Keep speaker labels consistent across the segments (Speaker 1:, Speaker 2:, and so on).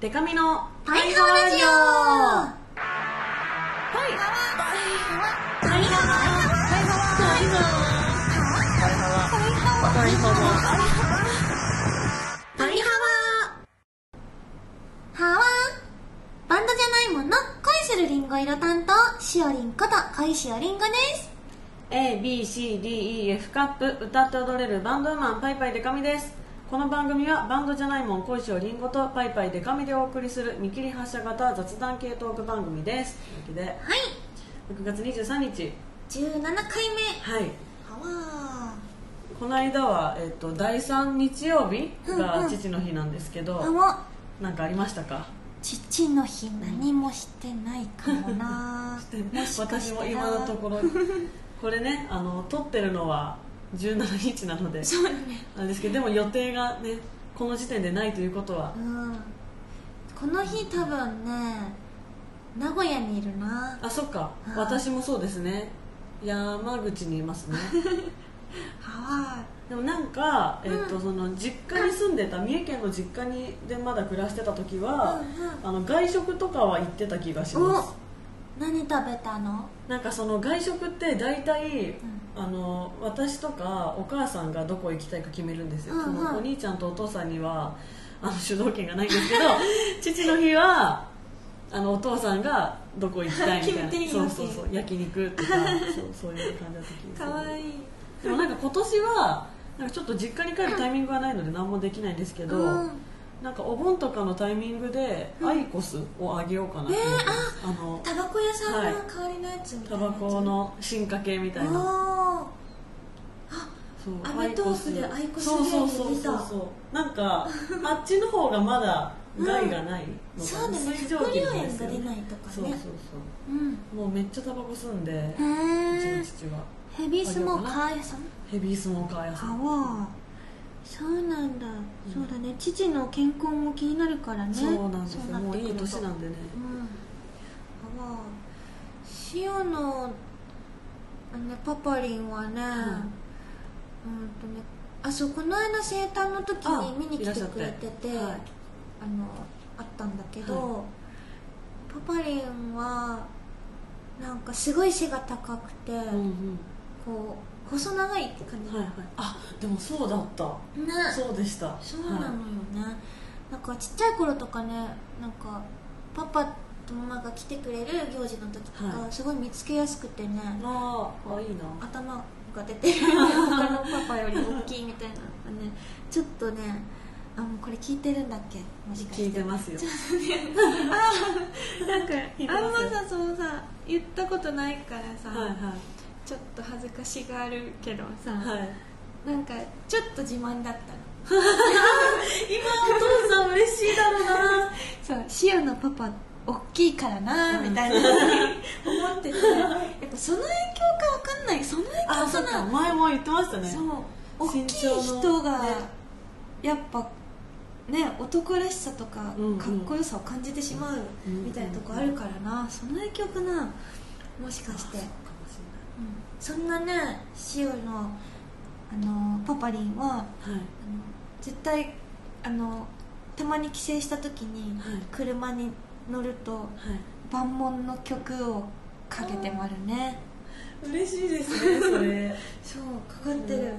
Speaker 1: デカミの
Speaker 2: パイハワラジオパイハワハワバンドじゃないもの恋するりんご色担当しおりんこと恋しおりんごです
Speaker 1: ABCDEF カップ歌って踊れるバンドウーマンパイパイデカミですこの番組はバンドじゃないもん恋しおりんごとパイパイデカミでお送りする見切り発車型雑談系トーク番組ですというわ
Speaker 2: はい
Speaker 1: けで6月23日
Speaker 2: 17回目
Speaker 1: はい
Speaker 2: ハ ワ
Speaker 1: この間は、えっと第3日曜日
Speaker 2: うんう
Speaker 1: が
Speaker 2: ん
Speaker 1: 父の日なんですけど、
Speaker 2: あも
Speaker 1: なんかありましたか
Speaker 2: 父の日何もしてないかも な
Speaker 1: 私も今のところこれねあの撮ってるのは17日なので
Speaker 2: そうだね
Speaker 1: なんですけどでも予定がねこの時点でないということは
Speaker 2: うんこの日多分ね名古屋にいるな
Speaker 1: あそっか
Speaker 2: あー
Speaker 1: 私もそうですね山口にいま すね
Speaker 2: ハ
Speaker 1: でもなんか、えっ
Speaker 2: う
Speaker 1: と
Speaker 2: ん
Speaker 1: その実家に住んでた三重県の実家にでまだ暮らしてた時は、
Speaker 2: うんうん
Speaker 1: あの外食とかは行ってた気がしま
Speaker 2: お
Speaker 1: す
Speaker 2: 何食べたの
Speaker 1: なんかその外食って大体、
Speaker 2: ん
Speaker 1: あの私とかお母さんがどこ行きたいか決めるんですよ、
Speaker 2: うんうん
Speaker 1: そのお兄ちゃんとお父さんにはあの主導権がないんですけ ど父の日はあのお父さんがどこ行きたいみたいな
Speaker 2: 決めていい
Speaker 1: そ
Speaker 2: よ
Speaker 1: うそうそう焼肉とかそうそういう感じだった気がする
Speaker 2: いい
Speaker 1: でもなんか今年はなんかちょっと実家に帰るタイミングがないので何もできないんですけど、
Speaker 2: うん
Speaker 1: なんかお盆とかのタイミングでアイコスをあげようかなと思ってます、あの
Speaker 2: タバコ屋さんの代わりのやつみた
Speaker 1: タ
Speaker 2: いな
Speaker 1: バ
Speaker 2: やつ
Speaker 1: コの進化系みたいな
Speaker 2: あ
Speaker 1: そう
Speaker 2: アメトーークでアイコス
Speaker 1: そうそうそ
Speaker 2: ゲ
Speaker 1: う
Speaker 2: ーム見
Speaker 1: そ
Speaker 2: た
Speaker 1: うそうな んかあっちの方がまだ害がない
Speaker 2: ー
Speaker 1: の
Speaker 2: そ
Speaker 1: か
Speaker 2: うだ
Speaker 1: な、
Speaker 2: ね
Speaker 1: 水蒸
Speaker 2: 食
Speaker 1: 気
Speaker 2: 料
Speaker 1: なんで
Speaker 2: 塩
Speaker 1: す
Speaker 2: が
Speaker 1: よ
Speaker 2: 出
Speaker 1: ね
Speaker 2: ないとか
Speaker 1: そうそう
Speaker 2: ね
Speaker 1: そう
Speaker 2: うん
Speaker 1: もうめっちゃタバコ吸うんで
Speaker 2: へ
Speaker 1: うち
Speaker 2: え
Speaker 1: の父は
Speaker 2: ヘビースモーカー屋さん
Speaker 1: ヘビースモーカー屋さん
Speaker 2: わそうなんだ、そうだね父の健康も気になるからね
Speaker 1: そうなんですよ
Speaker 2: そって
Speaker 1: もういい
Speaker 2: くると
Speaker 1: 年なんでね
Speaker 2: うんあわ塩のあのねパパリンはね、うん、とねあそうこの間生誕の時
Speaker 1: あ
Speaker 2: に見に来てくれてて
Speaker 1: いらっしゃってはい
Speaker 2: あのあったんだけど、
Speaker 1: は
Speaker 2: パパリンはなんかすごい背が高くて、
Speaker 1: うんうん
Speaker 2: こう細長い感じ、
Speaker 1: はいはいあでもそうだった
Speaker 2: ね
Speaker 1: そうでした
Speaker 2: そうなのよ
Speaker 1: はい
Speaker 2: ね、なんかちっちゃい頃とかねなんかパパとママが来てくれる行事の時とか、
Speaker 1: は
Speaker 2: すごい見つけやすくてね
Speaker 1: あーあいいな
Speaker 2: 頭が出てる 他のパパより大きいみたいなのがねちょっとねあもうこれ聞いてるんだっけもしか
Speaker 1: 聞
Speaker 2: し
Speaker 1: い
Speaker 2: て
Speaker 1: てますよ
Speaker 2: なんか
Speaker 1: 聞いてますよ
Speaker 2: さそのさ言ったことないからさ
Speaker 1: はいは
Speaker 2: ちょっと恥ずかしがるけどさ、
Speaker 1: いはい
Speaker 2: なんかちょっと自慢だったの
Speaker 1: 今お父さん嬉しいだろうな
Speaker 2: そうシオのパパ大きいからな
Speaker 1: うん
Speaker 2: みたいな思っててやっぱその影響か分かんないその影響
Speaker 1: あそ
Speaker 2: か
Speaker 1: っ
Speaker 2: な
Speaker 1: か前も言ってましたね
Speaker 2: そう大きい
Speaker 1: 身長の
Speaker 2: 人が
Speaker 1: ね
Speaker 2: やっぱね男らしさとかか
Speaker 1: うんうん
Speaker 2: っこよさを感じてしまうみたいなとこあるからなその影響かなもしかして、うん、
Speaker 1: かもし
Speaker 2: そんなねシオのあのパパリンは
Speaker 1: れない。は
Speaker 2: あ
Speaker 1: い。
Speaker 2: の絶対あのたまに帰省した時に
Speaker 1: はい
Speaker 2: 車に乗ると万門の曲をかけてまるね
Speaker 1: はい。嬉しいですね、それ。はい。
Speaker 2: そうかかってる、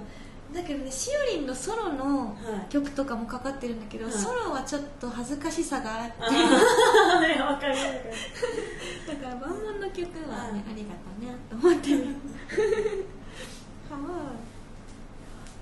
Speaker 2: だけどねしおりんのソロの曲とかもかかってるんだけど、
Speaker 1: はい
Speaker 2: ソロはちょっと恥ずかしさがあって、
Speaker 1: あーね、わかる。わかる
Speaker 2: だから万門の曲はね、
Speaker 1: はい
Speaker 2: ありがとうねと思ってるは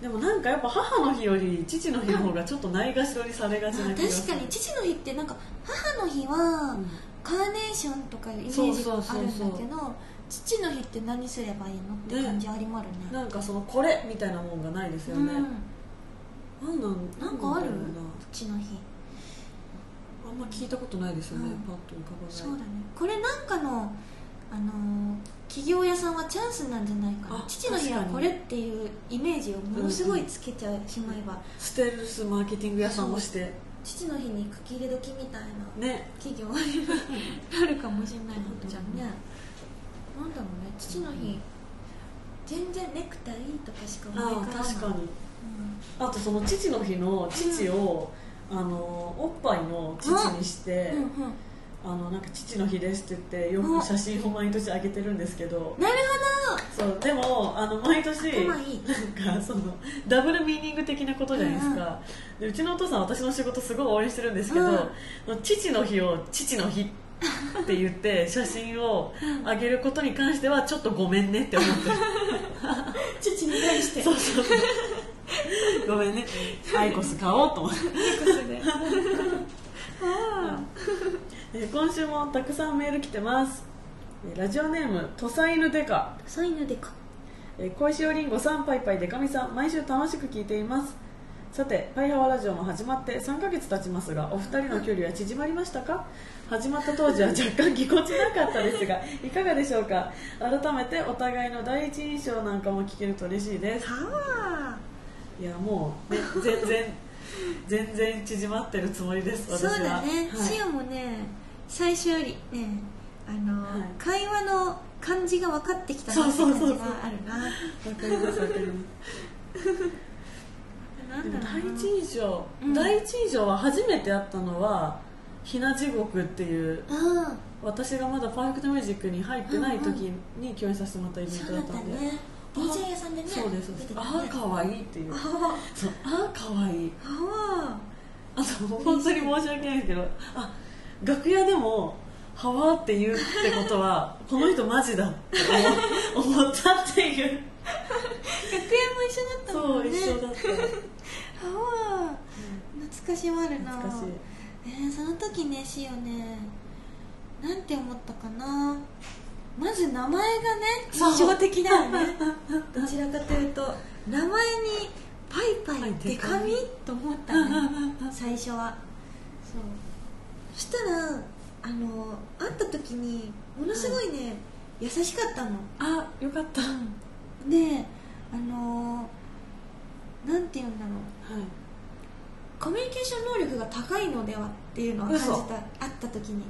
Speaker 1: でもなんかやっぱ母の日より父の日の方がちょっとないがしろにされが
Speaker 2: あ
Speaker 1: ち
Speaker 2: 確
Speaker 1: な気がする
Speaker 2: かに父の日ってなんか母の日は、
Speaker 1: うん
Speaker 2: カーネーションとかイメージがあるんだけど
Speaker 1: そうそうそう
Speaker 2: 父の日って何すればいいのって感じありまるね
Speaker 1: なんかそのこれみたいなもんがないですよね。なんなん
Speaker 2: なんかある
Speaker 1: なんだろうな
Speaker 2: 父の日、
Speaker 1: あんま聞いたことないですよね。
Speaker 2: うん
Speaker 1: パッと浮かばない。
Speaker 2: そうだねこれなんかの、あのー企業屋さんはチャンスなんじゃないかな
Speaker 1: あ
Speaker 2: 父の日は
Speaker 1: 確か
Speaker 2: こ
Speaker 1: に
Speaker 2: れっていうイメージをものすごいつけちゃうしまえば、
Speaker 1: ステルスマーケティング屋さんもして
Speaker 2: 父の日に書き入れ時みたいな
Speaker 1: ね。
Speaker 2: 企業になるかもしれないのじゃんねなんだろうね父の日、全然ネクタイとかしか思い浮か
Speaker 1: あ
Speaker 2: ば
Speaker 1: あ
Speaker 2: ない
Speaker 1: 確かに。あとその父の日の父を、あのおっぱいのを父にして、
Speaker 2: うんうん、
Speaker 1: あのなんか父の日ですって言ってよく写真を毎年あげてるんですけど、
Speaker 2: なる
Speaker 1: そうでもあの毎年
Speaker 2: 頭いい
Speaker 1: なんかそのダブルミーニング的なことじゃないですか、でうちのお父さんは私の仕事すごい応援してるんですけど、父の日を父の日って言 って写真をあげることに関してはちょっとごめんねって思ってる
Speaker 2: ほど 父に対 して
Speaker 1: そうそうそうごめんねアイコス買おうと思って えー今週もたくさんメール来てますえーラジオネーム土佐犬デカ
Speaker 2: サイヌでか
Speaker 1: えー小石おりんごさんパイパイデカミさん毎週楽しく聞いていますさて「パイハワラジオ」も始まって3ヶ月経ちますがお二人の距離は縮まりましたか始まった当時は若干ぎこちなかったで すがいかがでしょうか改めてお互いの第一印象なんかも聞けると嬉しいです
Speaker 2: はあ
Speaker 1: いやもう、ね、全然全然縮まってるつもりです私
Speaker 2: そう
Speaker 1: は
Speaker 2: だね、
Speaker 1: はい
Speaker 2: シオもね最初よりねあの、
Speaker 1: はい
Speaker 2: 会話の感じが分かってきたなって
Speaker 1: そう
Speaker 2: 感
Speaker 1: そう
Speaker 2: じ
Speaker 1: そうそう
Speaker 2: があるな
Speaker 1: わかりますわかります
Speaker 2: なん
Speaker 1: で
Speaker 2: だろうな
Speaker 1: も第一印象、
Speaker 2: うん
Speaker 1: 第一印象は初めて会ったのはひな地獄っていう
Speaker 2: あ
Speaker 1: 私がまだパーフェクトミュージックに入ってない時に共演させてもらったイ
Speaker 2: あ
Speaker 1: ベン
Speaker 2: そ
Speaker 1: ト
Speaker 2: うだ
Speaker 1: だっ
Speaker 2: ったた
Speaker 1: んで
Speaker 2: ね DJ 屋さんでね
Speaker 1: そうですそう
Speaker 2: 出
Speaker 1: です
Speaker 2: てたね
Speaker 1: ああかわいいっていう
Speaker 2: あ
Speaker 1: そうああかわいい
Speaker 2: ああ
Speaker 1: あと本当に申し訳ないですけどあ楽屋でも「はわ」って言うってことは この人マジだって思思ったって いう
Speaker 2: あ楽屋も一緒だった
Speaker 1: そ
Speaker 2: もん
Speaker 1: う
Speaker 2: ね
Speaker 1: 一緒だった
Speaker 2: ああ懐かしまるな
Speaker 1: 懐かしい
Speaker 2: えーその時ねシオねなんて思ったかなまず名前がね
Speaker 1: そう
Speaker 2: 印象的だよね どちらかというと名前に「パイパイデカミ」と思ったね最初はそうそしたらあの会った時にものすごいね、優しかったの
Speaker 1: あよかった、はい
Speaker 2: であのなんて言うんだろうコミュニケーション能力が高いのではっていうのを感じた
Speaker 1: 嘘
Speaker 2: 会った時に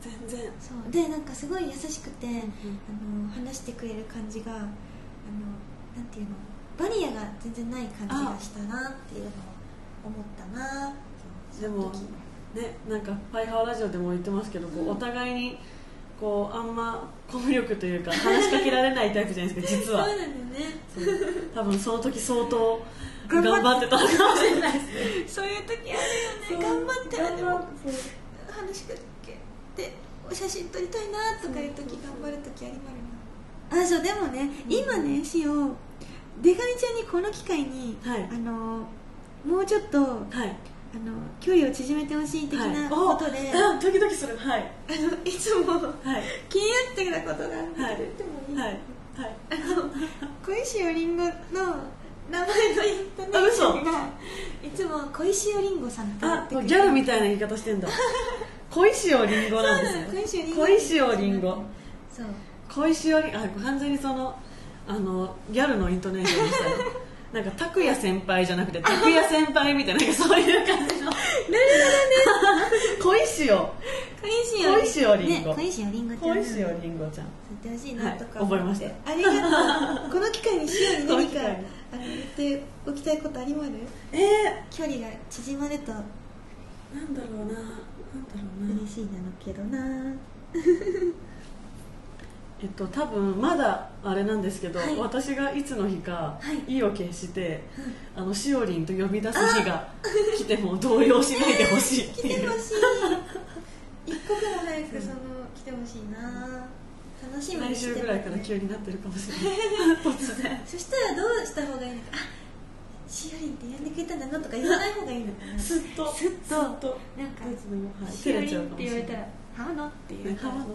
Speaker 1: 全然
Speaker 2: そうでなんかすごい優しくて、あの話してくれる感じがあのなんていうのバリアが全然ない感じがしたなっていうのを思ったな
Speaker 1: でも
Speaker 2: その時
Speaker 1: ねなんか「ファイハーラジオ」でも言ってますけどこう、お互いにこうあんまコミュ力というか話しかけられないタイプじゃな いですか実
Speaker 2: そう
Speaker 1: は
Speaker 2: なんだよね
Speaker 1: そう多分その時相当
Speaker 2: 頑
Speaker 1: 頑
Speaker 2: 張っ
Speaker 1: 張ってたのかもしれないですね
Speaker 2: そういう時あるよね 頑張ってあでも話しかけてお写真撮りたいなとかいう時頑張る時ありまるなあそうでもね今ねしおでかみちゃんにこの機会に、
Speaker 1: はい
Speaker 2: あのもうちょっとあの
Speaker 1: はい
Speaker 2: 距離を縮めてほしい的な
Speaker 1: お
Speaker 2: ことで、
Speaker 1: うんドキドキするはい
Speaker 2: あのいつも
Speaker 1: はい
Speaker 2: 気になってたことがあるんだけど言ってもいい、
Speaker 1: はいはい
Speaker 2: あの小石よりんごの名前のイントネ
Speaker 1: あ
Speaker 2: ーシ
Speaker 1: 嘘
Speaker 2: ョンがいつも小石よりんごさんって言
Speaker 1: あ
Speaker 2: って
Speaker 1: ギ
Speaker 2: くれる
Speaker 1: ャルみたいな言い方してんだ小石をりんごなんですね
Speaker 2: そう
Speaker 1: 小石をりんご
Speaker 2: そう
Speaker 1: 小石よりあ完全にそのあのギャルの イントネーションでしたねなんか拓也先輩じゃなくて拓也先輩みたいななんかそういう感 じの小石よ
Speaker 2: 小石より
Speaker 1: 小石よりんご
Speaker 2: ね、小石よりんごちゃん
Speaker 1: 小石よりんごちゃん
Speaker 2: 言ってほしいなとか
Speaker 1: はい
Speaker 2: 思って、
Speaker 1: 覚えました
Speaker 2: ありがとう この機会にしおに何
Speaker 1: この機
Speaker 2: か
Speaker 1: 会に
Speaker 2: あの言っておきたいことありまる
Speaker 1: えー、
Speaker 2: 距離が縮まると
Speaker 1: なんだろうななんだろうな
Speaker 2: 嬉しいなのけどな、
Speaker 1: えっと多分まだあれなんですけど、
Speaker 2: はい
Speaker 1: 私がいつの日か、
Speaker 2: はい
Speaker 1: 意を決して、あのしおりんと呼び出す日が来ても動揺しないでほ しいっ
Speaker 2: 来
Speaker 1: て
Speaker 2: て
Speaker 1: いう
Speaker 2: ほ しい一刻も早くその来てほしいな楽しみ
Speaker 1: 来
Speaker 2: にし
Speaker 1: 週
Speaker 2: て
Speaker 1: ぐ
Speaker 2: る
Speaker 1: らいから急になってるかもしれない 突然
Speaker 2: そしたらどうした方がいいのかあしおりんって呼んでくれたんだなとか言わない方がいいの かな
Speaker 1: すっと
Speaker 2: すっと
Speaker 1: すっと
Speaker 2: なんか
Speaker 1: いつでも、はい、
Speaker 2: し
Speaker 1: 照
Speaker 2: お
Speaker 1: れ
Speaker 2: り
Speaker 1: ちゃ
Speaker 2: ん
Speaker 1: う
Speaker 2: っ
Speaker 1: かも
Speaker 2: て言
Speaker 1: し
Speaker 2: われた
Speaker 1: れない
Speaker 2: ら「ハノ」って言
Speaker 1: ね
Speaker 2: うから
Speaker 1: 浜の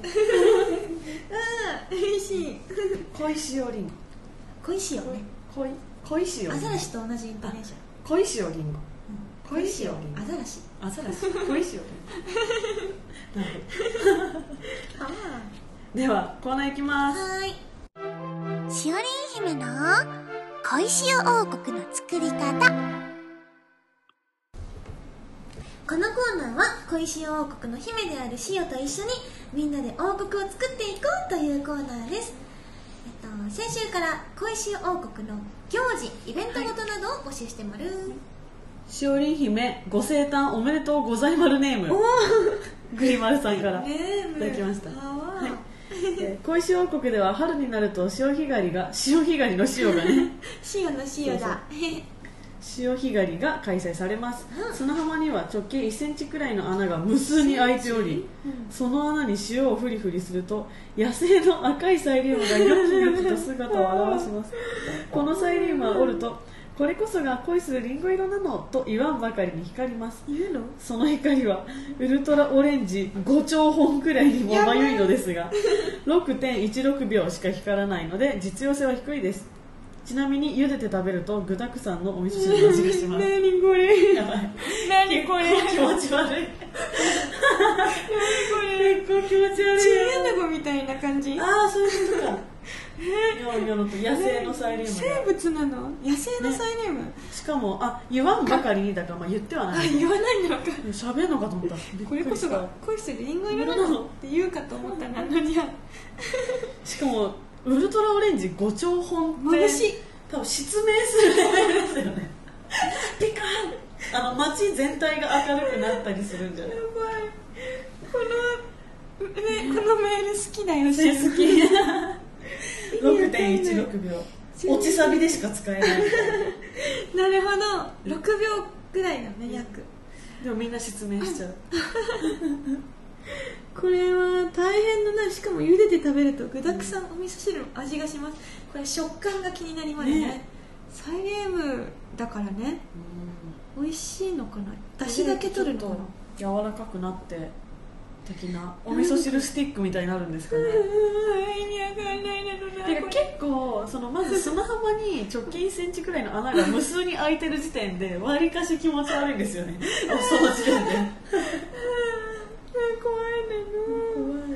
Speaker 2: うん嬉しい
Speaker 1: 恋しおりん
Speaker 2: 恋しよ
Speaker 1: ご
Speaker 2: ね
Speaker 1: 恋恋しおり
Speaker 2: ア
Speaker 1: んご
Speaker 2: ザラシと同じイントネーション
Speaker 1: 恋しおりんご恋しおりん
Speaker 2: アザラシ
Speaker 1: ごあざらし恋しおりんご なるほ
Speaker 2: あ
Speaker 1: どではコーナーいきます
Speaker 2: はい
Speaker 3: しおりん姫の小石を王国の作り方
Speaker 2: このコーナーは小石王国の姫であるシオと一緒にみんなで王国を作っていこうというコーナーです、えっと、先週から小石王国の行事イベントごとなどを募集してもらう、
Speaker 1: しおりん姫ご生誕おめでとうございまるネームグリマルさんから、
Speaker 2: ねえ
Speaker 1: いただきました
Speaker 2: あわ
Speaker 1: はいえー小石王国では春になると潮干狩りが潮干狩りの潮が ね
Speaker 2: 塩の塩 だ
Speaker 1: 潮干狩りが開催されます
Speaker 2: うん
Speaker 1: 砂浜には直径1センチくらいの穴が無数に開いており
Speaker 2: うん
Speaker 1: その穴に塩をフリフリすると野生の赤いサイリウムがよきよきと姿を現しますこのサイリウムは折るとこれこそが恋するリンゴ色なのと言わんばかりに光ります
Speaker 2: 言うの
Speaker 1: その光はウルトラオレンジ5兆本くらいにもまゆいのですが6.16秒しか光らないので実用性は低いですちなみに茹でて食べると具沢山のお味噌汁の味がしま す
Speaker 2: 何これ
Speaker 1: やばい
Speaker 2: 何
Speaker 1: 結
Speaker 2: こ
Speaker 1: 構
Speaker 2: れ
Speaker 1: 気持ち悪い
Speaker 2: これ
Speaker 1: 結構気持ち悪
Speaker 2: チ
Speaker 1: い
Speaker 2: ンアナゴみたいな感じ
Speaker 1: ああそういうことかヨのと野生のサイリウム
Speaker 2: 生
Speaker 1: が
Speaker 2: 物なの野生のサイリウム、
Speaker 1: しかもあ言わんばかりにだから、まあ、言っては
Speaker 2: あ
Speaker 1: ない
Speaker 2: 言わないのか
Speaker 1: 喋るのかと思ったびっ
Speaker 2: こ
Speaker 1: く
Speaker 2: れ
Speaker 1: り
Speaker 2: こ
Speaker 1: し
Speaker 2: そ
Speaker 1: た
Speaker 2: が恋するリンゴ色なのって言うかと思ったなのにゃ
Speaker 1: しかもウルトラオレンジ5兆本って
Speaker 2: 眩しい
Speaker 1: 多分失明するレベルですよ ねピカーンあの街全体が明るくなったりするんじゃない
Speaker 2: やばいこのめこのメール好きだよし
Speaker 1: ね好き
Speaker 2: 意味わかんない
Speaker 1: 6.16秒落ちサビでしか使えない
Speaker 2: なるほど6秒ぐらいだね約
Speaker 1: でもみんな失明しちゃう
Speaker 2: これは大変だなしかも茹でて食べると具沢山お味噌汁の味がしますこれ食感が気になりますね
Speaker 1: ね
Speaker 2: サイレウムだからね美味しいのかなだしだけ取るのかな
Speaker 1: 柔らかくなって的なお味噌汁スティックみたいになるんですかね
Speaker 2: うーん意味わかんないなの
Speaker 1: てか結構そのまず砂浜に直径1センチくらいの穴が無数に開いてる時点でわりかし気持ち悪いんで すよねあその時点で
Speaker 2: 怖いね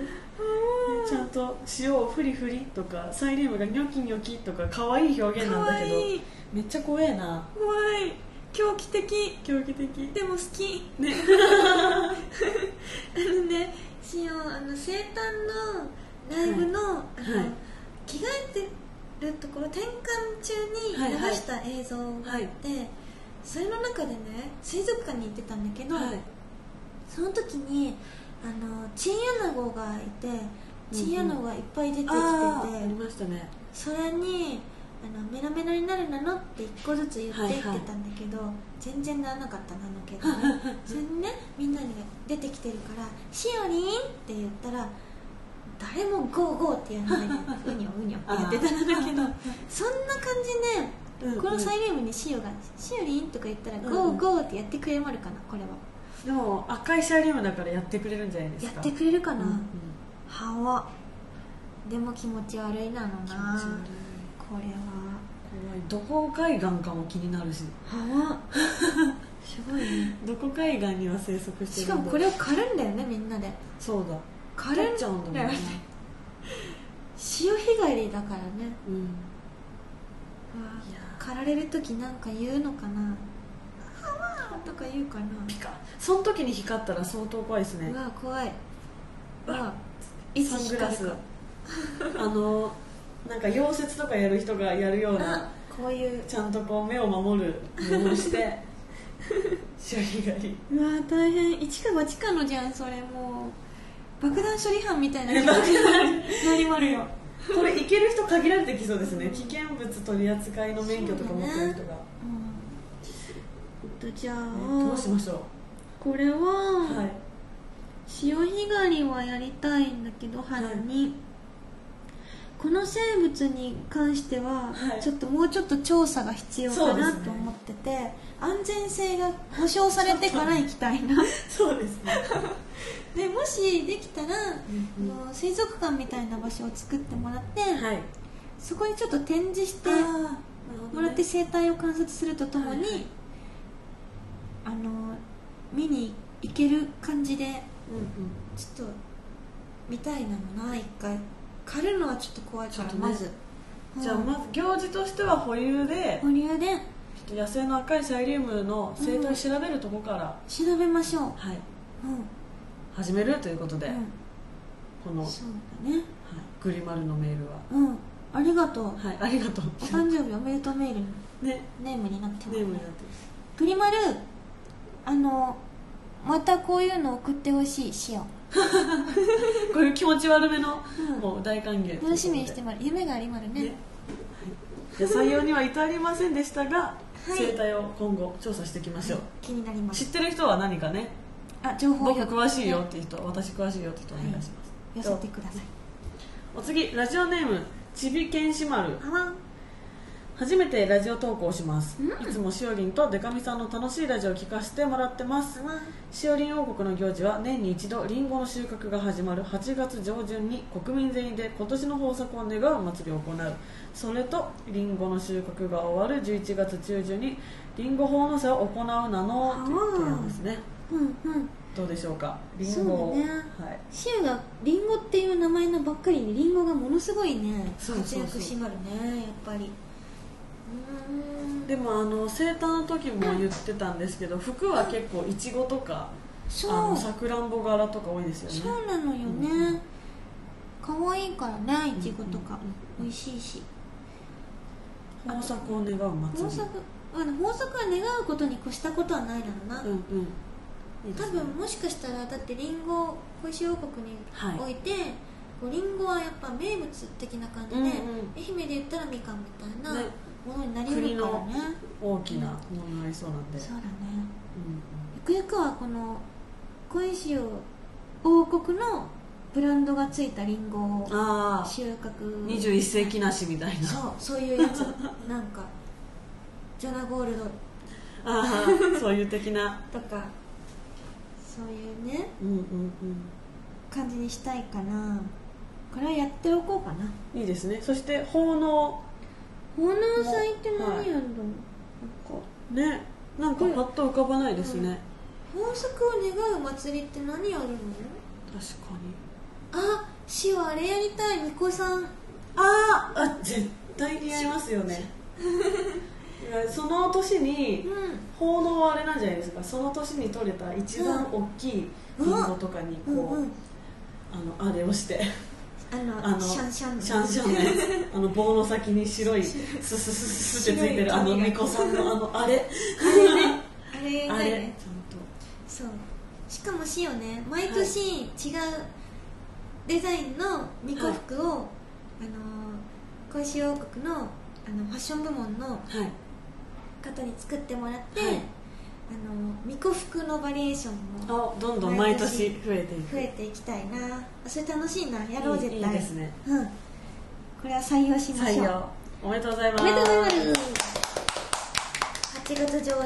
Speaker 1: ちゃんと塩をフリフリとかサイリウムがニョキニョキとか可愛い表現なん
Speaker 2: 可
Speaker 1: だけど
Speaker 2: 愛い
Speaker 1: めっちゃ怖えな
Speaker 2: 怖い狂気的
Speaker 1: 狂気的
Speaker 2: でも好きねあのねしおあの生誕のライブの,、あの
Speaker 1: はい
Speaker 2: 着替えてるところ転換中
Speaker 1: はい
Speaker 2: に
Speaker 1: はい
Speaker 2: 流した映像があって、それの中でね水族館に行ってたんだけど、
Speaker 1: はい
Speaker 2: その時にあのチンアナゴがいてチンアナゴがいっぱい出てきてて、
Speaker 1: あーありましたね
Speaker 2: それにあの「メロメロになるなの」って一個ずつ言っていってたんだけど、全然ならなかったなのけど、ね、それにねみんなに出てきてるから「しおりん」って言ったら誰も「ゴーゴー」ってやらないで「うにょうにょ」ってやってたんだけど そんな感じで、
Speaker 1: うん
Speaker 2: このサイリウムにしおが「しおりん」とか言ったら「
Speaker 1: うん
Speaker 2: ゴーゴー」ってやってくれまるかなこれは
Speaker 1: でも赤いサイリウムだからやってくれるんじゃないです
Speaker 2: やっ
Speaker 1: か
Speaker 2: てくれるか
Speaker 1: う
Speaker 2: な、
Speaker 1: んうん
Speaker 2: はわでも気持ち悪いなの
Speaker 1: 気持ち悪
Speaker 2: なこ
Speaker 1: い
Speaker 2: れは
Speaker 1: 怖いどこ海岸かも気になるし
Speaker 2: はあすごいね
Speaker 1: どこ海岸には生息してる
Speaker 2: しかもこれを狩るんだよねみんなで
Speaker 1: そうだ
Speaker 2: 狩
Speaker 1: 取
Speaker 2: る
Speaker 1: っちゃうんだもんね、
Speaker 2: 潮干狩りだからね
Speaker 1: うん、
Speaker 2: わあ
Speaker 1: いや
Speaker 2: 狩られる時なんか言うのかなあわとか言うかな
Speaker 1: ピカその時に光ったら相当怖いですね
Speaker 2: うわ怖いわあいつ
Speaker 1: サング
Speaker 2: 光
Speaker 1: ラ
Speaker 2: る
Speaker 1: ス
Speaker 2: か
Speaker 1: あのなんか溶接とかやる人がやるよう
Speaker 2: あ
Speaker 1: な
Speaker 2: こういう
Speaker 1: ちゃんとこう目を守るものをして 潮干狩り
Speaker 2: うわあ大変一か八かのじゃんそれもう爆弾処理班みたいな気持ち になりまるよ
Speaker 1: これ行ける人限られてきそうですね危険物取り扱いの免許とか持ってる人が、
Speaker 2: うんえっとじゃあ、
Speaker 1: ねどうしましょ
Speaker 2: これは、
Speaker 1: うはい
Speaker 2: 潮干狩りはやりたいんだけど春に、この生物に関しては、
Speaker 1: はい
Speaker 2: ちょっともうちょっと調査が必要か
Speaker 1: そう
Speaker 2: な
Speaker 1: ですね
Speaker 2: と思ってて、安全性が保証されてから行きたいな
Speaker 1: そうです ね
Speaker 2: でもしできたら、
Speaker 1: うん
Speaker 2: あの水族館みたいな場所を作ってもらって、
Speaker 1: はい
Speaker 2: そこにちょっと展示してもらって生態を観察するとともに、
Speaker 1: はいはい
Speaker 2: あの見に行ける感じで
Speaker 1: うんうん
Speaker 2: ちょっと見たいなのな一回狩るのはちょっと怖いから、
Speaker 1: ちょっとね
Speaker 2: まず
Speaker 1: じゃあまず行事としては保留で
Speaker 2: 保留で
Speaker 1: 野生の赤いサイリウムの生態を調べるとこから、
Speaker 2: 調べましょう
Speaker 1: はい、
Speaker 2: うん、
Speaker 1: 始めるということで、
Speaker 2: う
Speaker 1: この、
Speaker 2: ん、
Speaker 1: はい、
Speaker 2: そうだね
Speaker 1: グリマルのメールは
Speaker 2: うんありがとう
Speaker 1: はいありがと
Speaker 2: お誕生日おめでとうメールの
Speaker 1: うね
Speaker 2: ネームになってま
Speaker 1: ネ
Speaker 2: す
Speaker 1: ーム
Speaker 2: ね
Speaker 1: になってる
Speaker 2: プリマルあのまたこういうの送ってほしいしよ
Speaker 1: こういう気持ち悪めの、
Speaker 2: うん
Speaker 1: もう大歓迎
Speaker 2: う楽しみにしてもらう夢がありまるね
Speaker 1: ねじゃあ採用には至りませんでしたが、
Speaker 2: い
Speaker 1: 生態を今後調査していきましょう、
Speaker 2: 気になりま
Speaker 1: 知っ
Speaker 2: す
Speaker 1: てる人は何かね
Speaker 2: あ情報
Speaker 1: 僕詳しいよっていう人私詳しいよって人お願いします、
Speaker 2: 寄せてください
Speaker 1: お次ラジオネームちびけんしまる
Speaker 2: あわん
Speaker 1: 初めてラジオ投稿します、
Speaker 2: うん
Speaker 1: いつもしおりんとでかみさんの楽しいラジオを聞かせてもらってます
Speaker 2: あわん
Speaker 1: しおりん王国の行事は年に一度りんごの収穫が始まる8月上旬に国民全員で今年の豊作を願う祭りを行うそれとりんごの収穫が終わる11月中旬にりんご奉納祭を行うなのということなんですね
Speaker 2: うんうん
Speaker 1: どうでしょうかりんごを
Speaker 2: そうね
Speaker 1: はい
Speaker 2: シオがリンゴっていう名前のばっかりにリンゴがものすごいね
Speaker 1: そうそうそう
Speaker 2: 活躍しまるねやっぱりうーん
Speaker 1: でもあの生誕の時も言ってたんですけど服は結構いちごとかあ
Speaker 2: そ
Speaker 1: の
Speaker 2: う
Speaker 1: さくらんぼ柄とか多いです
Speaker 2: そ
Speaker 1: よね
Speaker 2: うなのよ
Speaker 1: う
Speaker 2: ね可愛、いからねいちごとか、
Speaker 1: うんうんうん
Speaker 2: 美味しいし
Speaker 1: 豊作を願う祭
Speaker 2: 豊
Speaker 1: り
Speaker 2: 作あの豊作は願うことに越したことはないだろうな、
Speaker 1: うんうんいいで
Speaker 2: 多
Speaker 1: すね
Speaker 2: 分もしかしたらだってリンゴを小石王国に
Speaker 1: はい
Speaker 2: 置いて、こうリンゴはやっぱ名物的な感じで、
Speaker 1: うんうん
Speaker 2: 愛媛で言ったらみかんみたいな
Speaker 1: ね
Speaker 2: ものになりうるからね
Speaker 1: 大きなものになりそうなんで
Speaker 2: そうだね
Speaker 1: うん
Speaker 2: ゆくゆくはこの小石王王国のブランドがついたリンゴを
Speaker 1: ああ
Speaker 2: 収穫
Speaker 1: 21世紀梨みたいな
Speaker 2: そうそういうやつなんかジョナゴールド
Speaker 1: ああそういう的な
Speaker 2: とかそういうね
Speaker 1: うんうん
Speaker 2: 感じにしたいかなこれはやっておこうかな
Speaker 1: うんいいですねそして奉納
Speaker 2: 奉納祭って何やるの、なんか
Speaker 1: ねなんかパッと浮かばないですね
Speaker 2: 豊作を願う祭りって何やるの
Speaker 1: 確かに
Speaker 2: あしはあれやりたい巫女さん
Speaker 1: あーあ絶対似合いますよねいや その年に
Speaker 2: う
Speaker 1: 奉納はあれなんじゃないですかその年に取れた一番大きいリンゴとかにこう、
Speaker 2: んうんうん
Speaker 1: あのあれをして
Speaker 2: あの
Speaker 1: あの
Speaker 2: シャンシャン
Speaker 1: シャンシャンのやつあの棒の先に白いスススススってついてるあの巫女さんのあのあれ
Speaker 2: あれやり
Speaker 1: あ
Speaker 2: たい
Speaker 1: れ
Speaker 2: ね
Speaker 1: ちゃ
Speaker 2: そうしかもしよね毎年違うデザインのニコ服を、あのー小石王国のあのファッション部門の
Speaker 1: んとはい
Speaker 2: 方に作ってもらって、
Speaker 1: はい
Speaker 2: あの巫女服のバリエーションも
Speaker 1: あどんどん毎年増えていく
Speaker 2: 増えていきたいなあそれ楽しいなやろう絶対
Speaker 1: いいいいですね
Speaker 2: うん、これは採用しまし
Speaker 1: 採
Speaker 2: ょう
Speaker 1: 用おめでとうございます
Speaker 2: おめでとうございます8月上旬と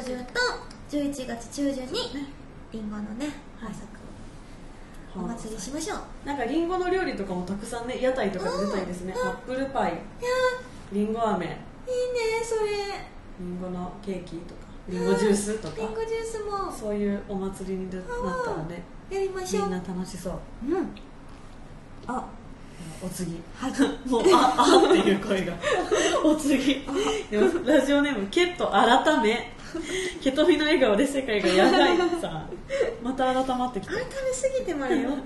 Speaker 2: 11月中旬にりんごのね
Speaker 1: はい
Speaker 2: 豊作をお祭りしましょう
Speaker 1: なんかリンゴの料理とかもたくさんね屋台とかで出たいですね、アップルパイ
Speaker 2: いや
Speaker 1: リンゴ飴
Speaker 2: ーいいねそれ
Speaker 1: リンゴのケーキとかリンゴジュースと
Speaker 2: り
Speaker 1: か
Speaker 2: んごジュースも
Speaker 1: そういうお祭りになったらね
Speaker 2: やりまし
Speaker 1: み
Speaker 2: ょ
Speaker 1: ん
Speaker 2: う
Speaker 1: な楽しそう
Speaker 2: うんあ
Speaker 1: お次
Speaker 2: はい
Speaker 1: もうああっていう声がお次でもラジオネームケット改めケトミの笑顔で世界がやばいさまた改まってきた
Speaker 2: 改めすぎてまで よも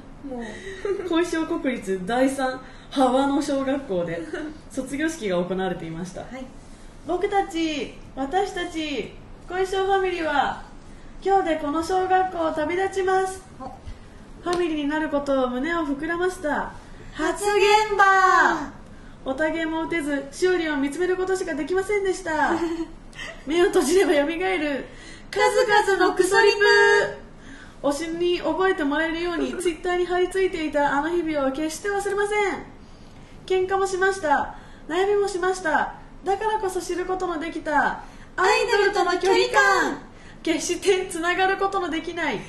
Speaker 2: う
Speaker 1: 小石尾国立第三ハワの小学校で卒業式が行われていました
Speaker 2: はい
Speaker 1: 僕たち私たち小石尾ファミリーは今日でこの小学校を旅立ちます
Speaker 2: お
Speaker 1: ファミリーになることを胸を膨らました
Speaker 2: 発
Speaker 1: 発
Speaker 2: 言
Speaker 1: 言
Speaker 2: バ
Speaker 1: バーお互いも打てずしおりを見つめることしかできませんでした 目を閉じればよみがえる数々のクソリプ推しに覚えてもらえるよ うにツイッターに貼り付いていたあの日々を決して忘れません喧嘩もしました悩みもしましただからこそ知ることのできたアイドルとの距離感決してつながることのできないアイ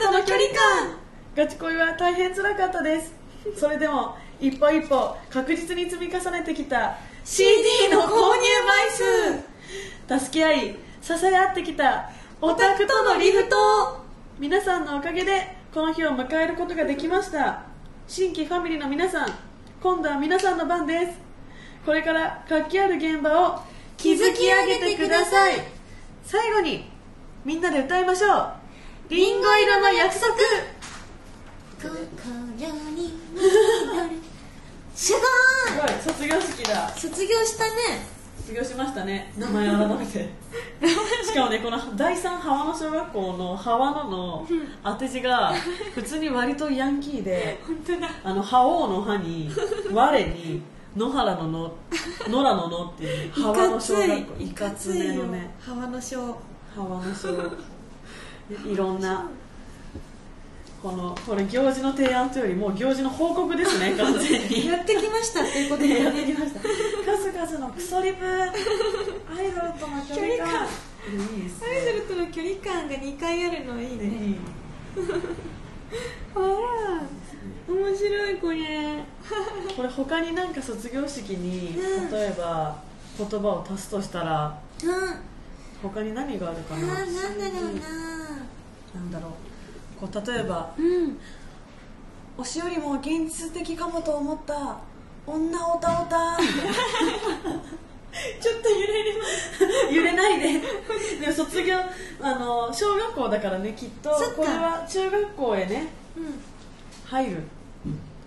Speaker 1: ドルとの距離感ガチ恋は大変つらかったですそれでも一歩一歩確実に積み重ねてきた CD の購入枚数助け合い支え合ってきたオタクとのリフト皆さんのおかげでこの日を迎えることができました新規ファミリーの皆さん今度は皆さんの番ですこれから活気ある現場を築き上げてください最後にみんなで歌いましょうりんご色の約束
Speaker 2: ー心に実るすごい
Speaker 1: すごい卒業式だ
Speaker 2: 卒業したね
Speaker 1: 卒業しましたね名前改めてしかもねこの第三浜野小学校の浜野の当て字が普通に割とヤンキーで
Speaker 2: 本当だ
Speaker 1: あの覇王の覇に我に野原のの野良ののっていう浜野小学校
Speaker 2: い
Speaker 1: い
Speaker 2: か
Speaker 1: か
Speaker 2: つ
Speaker 1: つ
Speaker 2: い
Speaker 1: め
Speaker 2: よ
Speaker 1: のね
Speaker 2: 幅の小
Speaker 1: 浜野小いろんなこのこれ行事の提案というよりもう行事の報告ですね完全に
Speaker 2: やってきましたっていうことで
Speaker 1: や ってきました数々のクソリブアイドルとの距離
Speaker 2: 距離感
Speaker 1: 感いいです
Speaker 2: アイドルとの距離感が2回あるのいいね
Speaker 1: ね
Speaker 2: ほら面白いこれ
Speaker 1: これ他になんか卒業式に
Speaker 2: うん
Speaker 1: 例えば言葉を足すとしたら
Speaker 2: うんあ
Speaker 1: 他に何がある
Speaker 2: ー
Speaker 1: か
Speaker 2: な
Speaker 1: な
Speaker 2: んだろう
Speaker 1: なんだろうこう例えば
Speaker 2: なうん
Speaker 1: 「おしよりも現実的かもと思った女オタオタ」 ちょっと揺れる揺れないででも卒業あの小学校だからねきっと
Speaker 2: そっか
Speaker 1: これは中学校へね
Speaker 2: う
Speaker 1: 入る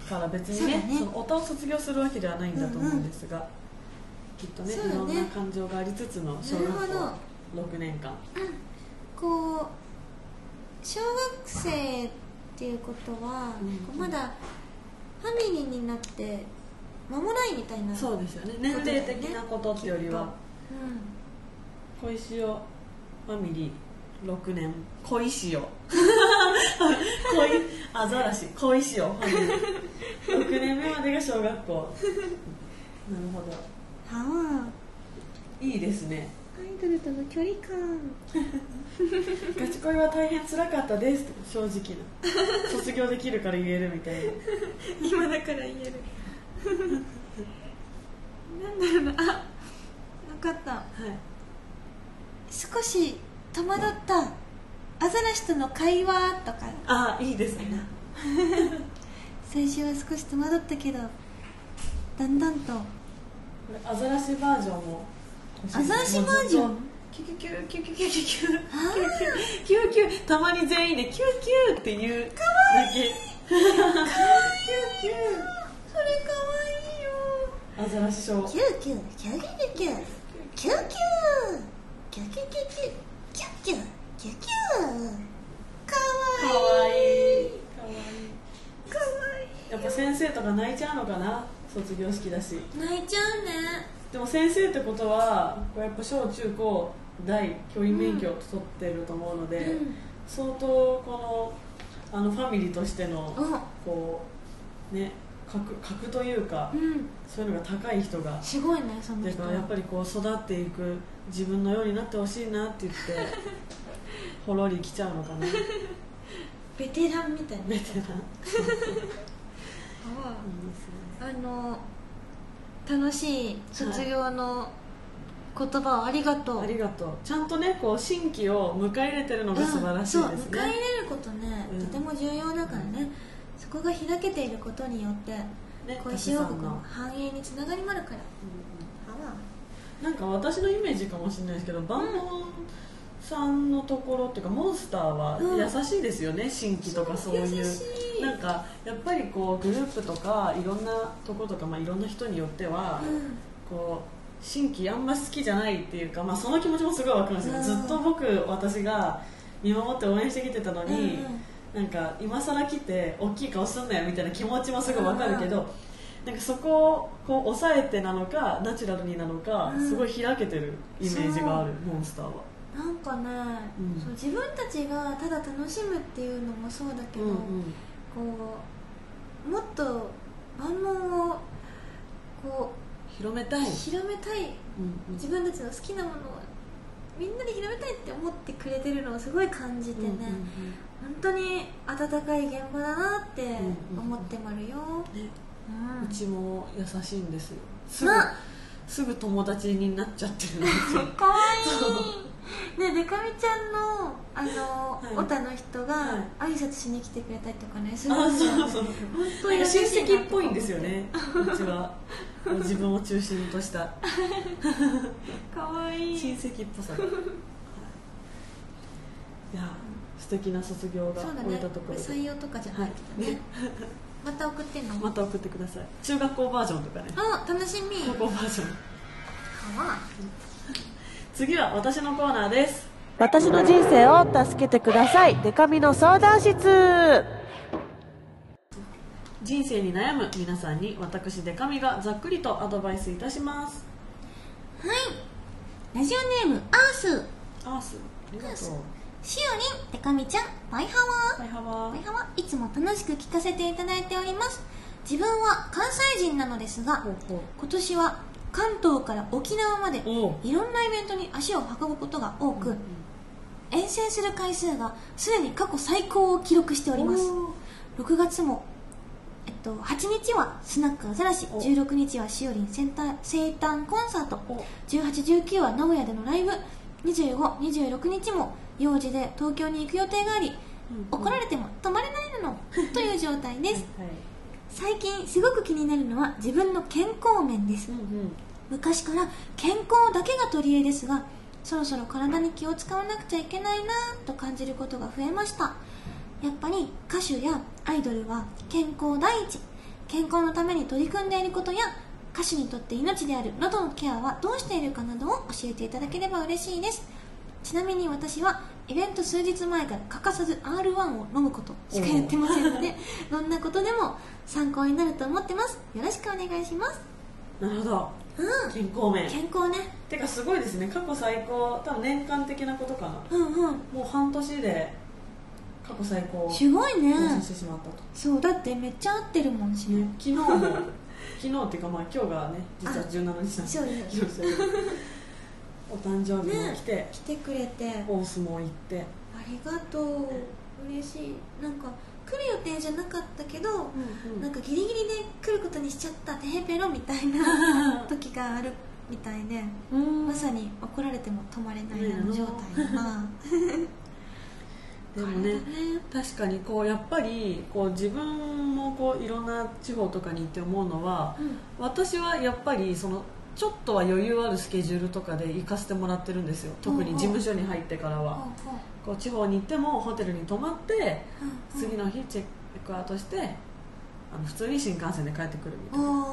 Speaker 1: から別に
Speaker 2: そう
Speaker 1: ね
Speaker 2: だね
Speaker 1: そのオタを卒業するわけではないんだと思うんですが、きっとね
Speaker 2: そうだね
Speaker 1: いろんな感情がありつつの小
Speaker 2: な
Speaker 1: 学
Speaker 2: るほど
Speaker 1: 校6年間
Speaker 2: こう小学生っていうことは、
Speaker 1: うん
Speaker 2: こうまだファミリーになって間もないみたいな
Speaker 1: そうですよね年齢的なことってよりは
Speaker 2: う
Speaker 1: 小石をファミリー6年小石を小いアザラシ小石をファミリー6年目までが小学校なるほど
Speaker 2: んはあ
Speaker 1: いいですね
Speaker 2: アイドルとの距離感
Speaker 1: ガチ恋は大変辛かったです正直な卒業できるから言えるみたいな
Speaker 2: 今だから言えるなんだろうなあ分かった
Speaker 1: はい
Speaker 2: 少し戸惑ったアザラシとの会話とか
Speaker 1: ああいいですね
Speaker 2: 最初は少し戸惑ったけどだんだんと
Speaker 1: これアザラシバージョンも
Speaker 2: アザラシバージョン
Speaker 1: キュキュキュキュキュキュキュキュ
Speaker 2: あー
Speaker 1: キュキュたまに全員でキュキュって言うだけキ
Speaker 2: そ
Speaker 1: ュキ
Speaker 2: れかわいいよ
Speaker 1: ュアザラシショ
Speaker 2: キ
Speaker 1: ー
Speaker 2: ューキューキューキューキューキューキューキューキューキューキューキューキューキューキューか
Speaker 1: か
Speaker 2: わいい
Speaker 1: わいいかわい
Speaker 2: かわいい
Speaker 1: いやっぱ先生とか泣いちゃうのかな卒業式だし
Speaker 2: 泣いちゃうね
Speaker 1: でも先生ってことはこうやっぱ小中高大教員免許を取ってると思うので、
Speaker 2: うん
Speaker 1: 相当このあのファミリーとしての
Speaker 2: あ
Speaker 1: こうね格格というか
Speaker 2: うん
Speaker 1: そういうのが高い人が
Speaker 2: すごいねその
Speaker 1: だ
Speaker 2: 人
Speaker 1: からやっぱりこう育っていく自分のようになってほしいな って言ってほろり来ちゃうのかな
Speaker 2: ベテランみたいな
Speaker 1: ベテラン
Speaker 2: ああの楽しい卒業の言葉をありがとう、
Speaker 1: ありがとうちゃんとねこう新規を迎え入れてるのが素晴らしいで
Speaker 2: うんそ
Speaker 1: す
Speaker 2: う
Speaker 1: ね
Speaker 2: 迎え入れることね、
Speaker 1: うん
Speaker 2: とても重要だからね、そこが開けていることによって
Speaker 1: ね
Speaker 2: 小石王
Speaker 1: たくさ
Speaker 2: 国
Speaker 1: ん
Speaker 2: の
Speaker 1: の
Speaker 2: 繁栄につながりもあるから
Speaker 1: なんか私のイメージかもしれないですけど万能さんのところっていうかモンスターは
Speaker 2: うん
Speaker 1: 優しいですよね、新規とかそういう
Speaker 2: 優しい
Speaker 1: なんかやっぱりこうグループとかいろんなとことか、まあ、いろんな人によっては、
Speaker 2: うん
Speaker 1: こう新規あんま好きじゃないっていうか、まあ、その気持ちもすごいわかるんですよ、
Speaker 2: うん
Speaker 1: ずっと僕私が見守って応援してきてたのに、
Speaker 2: うんうん
Speaker 1: なんか今更来て大きい顔すんなよみたいな気持ちもすごいわかるけど、なんかそこをこう抑えてなのかナチュラルになのか、
Speaker 2: うん
Speaker 1: すごい開けてるイメージがあるモンスターは
Speaker 2: なんかね、
Speaker 1: うん
Speaker 2: そう自分たちがただ楽しむっていうのもそうだけ
Speaker 1: うん
Speaker 2: ど、
Speaker 1: うん
Speaker 2: こうもっと万能をこ
Speaker 1: 広めた
Speaker 2: う、
Speaker 1: い、
Speaker 2: 広めたい
Speaker 1: うんうん
Speaker 2: 自分たちの好きなものをみんなで広めたいって思ってくれてるのをすごい感じてね、
Speaker 1: うんうんうん
Speaker 2: 本当に温かい現場だなって
Speaker 1: うん
Speaker 2: 思ってまるよ、
Speaker 1: ね
Speaker 2: うん
Speaker 1: うちも優しいんですよすぐ
Speaker 2: な
Speaker 1: すぐ友達になっちゃってるんですよ
Speaker 2: かわいいねでかみちゃんのあの、
Speaker 1: はい
Speaker 2: オタの人
Speaker 1: は
Speaker 2: が挨拶しに来てくれたりとかねすごい
Speaker 1: あそう
Speaker 2: う
Speaker 1: そう
Speaker 2: 本当
Speaker 1: なん
Speaker 2: に
Speaker 1: か親戚っぽいんですよねうちは自分を中心とした
Speaker 2: かわい
Speaker 1: 親
Speaker 2: い
Speaker 1: 戚っぽさがはいいや素敵な卒業が
Speaker 2: そうだ
Speaker 1: 終え
Speaker 2: ね
Speaker 1: たと
Speaker 2: こ
Speaker 1: ころ
Speaker 2: れ
Speaker 1: で、
Speaker 2: 採用とかじゃなくてね、
Speaker 1: はいね
Speaker 2: また送ってんの
Speaker 1: また送ってください中学校バージョンとかね
Speaker 2: あ楽しみ
Speaker 1: 高校バージョン
Speaker 2: か
Speaker 3: は
Speaker 1: 次は私のコーナーです
Speaker 4: 私の人生を助けてくださいデカミの相談室
Speaker 1: 人生に悩む皆さんに私デカミがざっくりとアドバイスいたします
Speaker 3: いラジオネームアース
Speaker 1: アースありがとう
Speaker 3: しおりんでかみちゃんバイハワー
Speaker 1: はいはわ
Speaker 3: バイハワーいつも楽しく聞かせていただいております自分は関西人なのですが
Speaker 1: ほうほう
Speaker 3: 今年は関東から沖縄まで
Speaker 1: おう
Speaker 3: いろんなイベントに足を運ぶことが多く、遠征する回数がすでに過去最高を記録しております6月も、えっと、8日はスナックアザラシ
Speaker 1: お
Speaker 3: 16日はしおりんセンター生誕コンサート
Speaker 1: お
Speaker 3: 1819は名古屋でのライブ2526日も用事で東京に行く予定があり怒られても止まれないのという状態です
Speaker 1: はい
Speaker 3: 最近すごく気になるのは自分の健康面です
Speaker 1: うんうん
Speaker 3: 昔から健康だけが取り柄ですがそろそろ体に気を使わなくちゃいけないなぁと感じることが増えましたやっぱり歌手やアイドルは健康第一健康のために取り組んでいることや歌手にとって命である喉のケアはどうしているかなどを教えていただければ嬉しいですちなみに私はイベント数日前から欠かさず R1 を飲むことしかやってませんのでどんなことでも参考になると思ってますよろしくお願いします
Speaker 1: なるほど
Speaker 3: うん
Speaker 1: 健康面
Speaker 3: 健康ね
Speaker 1: てかすごいですね過去最高多分年間的なことかな
Speaker 3: うんうん
Speaker 1: もう半年で過去最高を更
Speaker 3: すごいね
Speaker 1: 新してしまったと、
Speaker 3: そうだってめっちゃ合ってるもんし
Speaker 1: ね、昨日 も昨日っていうかまあ今日がね実は17日なんで
Speaker 3: そうね
Speaker 1: 昨日したけど お誕生日も来て、
Speaker 2: 来てくれてあ
Speaker 1: 大相撲行って
Speaker 2: りがとう嬉しい
Speaker 3: なんか来る予定じゃなかったけど、
Speaker 1: な
Speaker 3: なんん
Speaker 1: か
Speaker 3: かギリギリで来ることにしちゃったテヘペロみたいな 時があるみたいでまさに怒られても止まれないあの状態が
Speaker 1: でもね確かにこうやっぱりこう自分もこういろんな地方とかに行って思うのは、私はやっぱりそのちょっとは余裕あるスケジュールとかで行かせてもらってるんですよ特に事務所に入ってからは、こう地方に行ってもホテルに泊まって次の日チェックアウトしてあの普通に新幹線で帰ってくるみたいな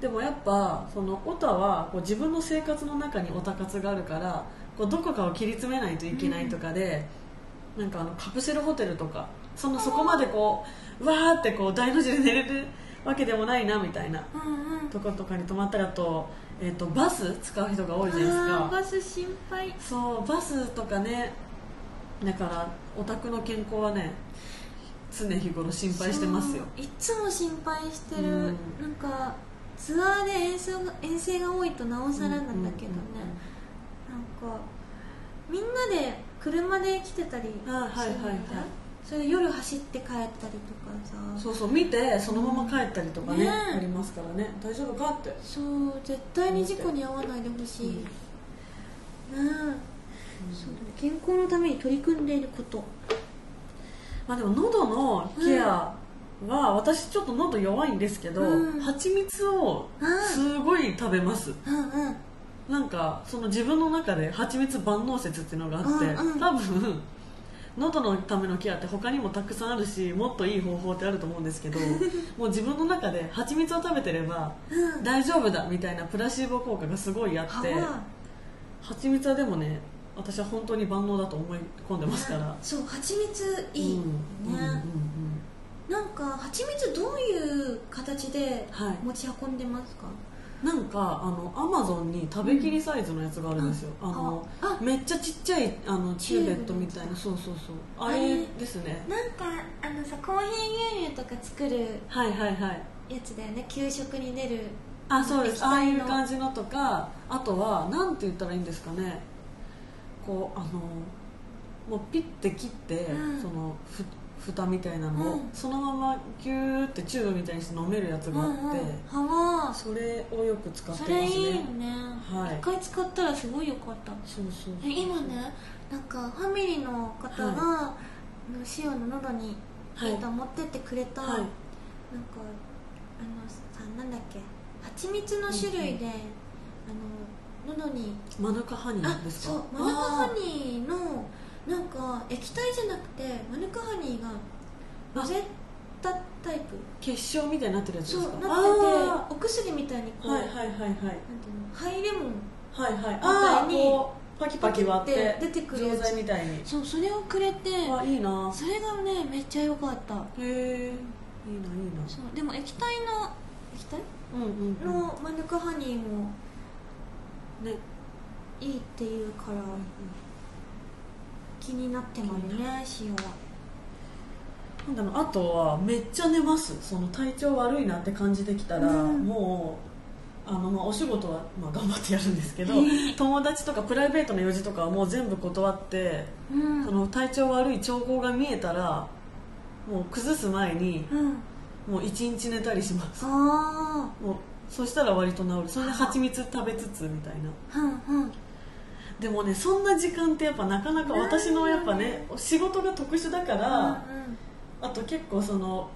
Speaker 1: でもやっぱそのオタはこう自分の生活の中にオタ活があるからこうどこかを切り詰めないといけないとかで、なんかあのカプセルホテルとかそんなそこまでこうわーってこう大の字で寝れるわけでもないなみたいな
Speaker 3: うんうん
Speaker 1: とことかに泊まったらと,、えー、とバス使う人が多いじゃないですか。
Speaker 2: バス心配
Speaker 1: そうバスとかねだからお宅の健康はね常日頃心配してますよ
Speaker 2: いつも心配してる、
Speaker 1: うん
Speaker 2: なんかツアーで遠征が遠征が多いとなおさらなんだけどね、なんかみんなで車で来てたりする
Speaker 1: あはいはいはい
Speaker 2: それで夜走って帰ったりとかさ
Speaker 1: そうそう見てそのまま帰ったりとかね、
Speaker 2: ね
Speaker 1: ありますからね大丈夫かって
Speaker 2: そう絶対に事故に遭わないでほしい、ねえそうだね健康のために取り組んでいること
Speaker 1: まあでも喉のケアは私ちょっと喉弱いんですけど、
Speaker 2: うん
Speaker 1: 蜂蜜をすごい食べます
Speaker 2: うんうん
Speaker 1: なんかその自分の中で蜂蜜万能説っていうのがあって、
Speaker 2: うんうん
Speaker 1: 多分喉のためのケアって他にもたくさんあるしもっといい方法ってあると思うんです けどもう自分の中で蜂蜜を食べてれば
Speaker 2: うん
Speaker 1: 大丈夫だみたいなプラシーボ効果がすごいあ
Speaker 2: 歯
Speaker 1: って
Speaker 2: は
Speaker 1: 蜂蜜はでもね私は本当に万能だと思い込んでますから
Speaker 2: そう蜂蜜いい、
Speaker 1: うんうんうんうん
Speaker 2: ね、なんか蜂蜜どういう形で
Speaker 1: はい
Speaker 2: 持ち運んでますか、
Speaker 1: なんかあのアマゾンに食べきりサイズのやつがあるんですよ、あの
Speaker 2: あ
Speaker 1: めっちゃちっちゃいあのチューベットみたいなそうそうそうあれ
Speaker 2: あれ
Speaker 1: ですね
Speaker 2: なんかあのさコーヒー牛乳とか作る
Speaker 1: はいはいはい
Speaker 2: やつだよね給食に出る
Speaker 1: あそうです
Speaker 2: 液体
Speaker 1: あ
Speaker 2: の
Speaker 1: あいう感じのとかあとはなんて言ったらいいんですかねこうあのもうピッて切って、
Speaker 2: うん
Speaker 1: そのふ蓋みたいなのを、
Speaker 2: うん
Speaker 1: そのままギューってチューブみたいにして飲めるやつがあって、
Speaker 2: 歯は
Speaker 1: それをよく使ってます
Speaker 2: そ
Speaker 1: ね
Speaker 2: れいいよね
Speaker 1: はい
Speaker 2: 一回使ったらすごいよかった
Speaker 1: そうそう
Speaker 2: え今ねなんかファミリーの方が、あ
Speaker 1: は
Speaker 2: のシオの喉に
Speaker 1: はい
Speaker 2: えっと持ってってくれた、
Speaker 1: はい
Speaker 2: なんかあのさなんだっけ蜂蜜の種類で、あの喉に
Speaker 1: マヌカハニ
Speaker 2: あ
Speaker 1: ーです
Speaker 2: そう
Speaker 1: か
Speaker 2: マヌカハニーのなんか液体じゃなくてマヌカハニーが
Speaker 1: あ
Speaker 2: ロゼッタタイプ
Speaker 1: 結晶みたいになってるやつ
Speaker 2: そ
Speaker 1: で
Speaker 2: う
Speaker 1: すか
Speaker 2: なってて
Speaker 1: あ
Speaker 2: お薬みたいに
Speaker 1: ー
Speaker 2: こう、
Speaker 1: はい
Speaker 2: なんて
Speaker 1: はいはいはい
Speaker 2: いうのハイレモン
Speaker 1: はいはいああ
Speaker 5: みたいに
Speaker 1: こうパキパキ割って
Speaker 5: 出てくるや
Speaker 1: 錠
Speaker 5: つ
Speaker 1: 剤みたいに
Speaker 2: そうそれをくれて
Speaker 1: あいいな
Speaker 2: それがねめっちゃ良かった
Speaker 1: へえいいないいな
Speaker 2: そうでも液体の液体
Speaker 1: うんうんうん
Speaker 5: のマヌカハニーもねいいっていうから、気になってまるね塩は
Speaker 1: なんだろうあとはめっちゃ寝ますその体調悪いなって感じてきたら、
Speaker 2: うん
Speaker 1: もうあの、まあ、お仕事は、まあ、頑張ってやるんですけど友達とかプライベートの用事とかはもう全部断って、
Speaker 2: うん
Speaker 1: その体調悪い兆候が見えたらもう崩す前に
Speaker 2: うん
Speaker 1: もう一日寝たりします
Speaker 2: あ
Speaker 1: もうそしたら割と治るそれで蜂蜜食べつつみたいな
Speaker 2: あうんうん
Speaker 1: でもねそんな時間ってやっぱなかなか私のやっぱね仕事が特殊だから、あと結構その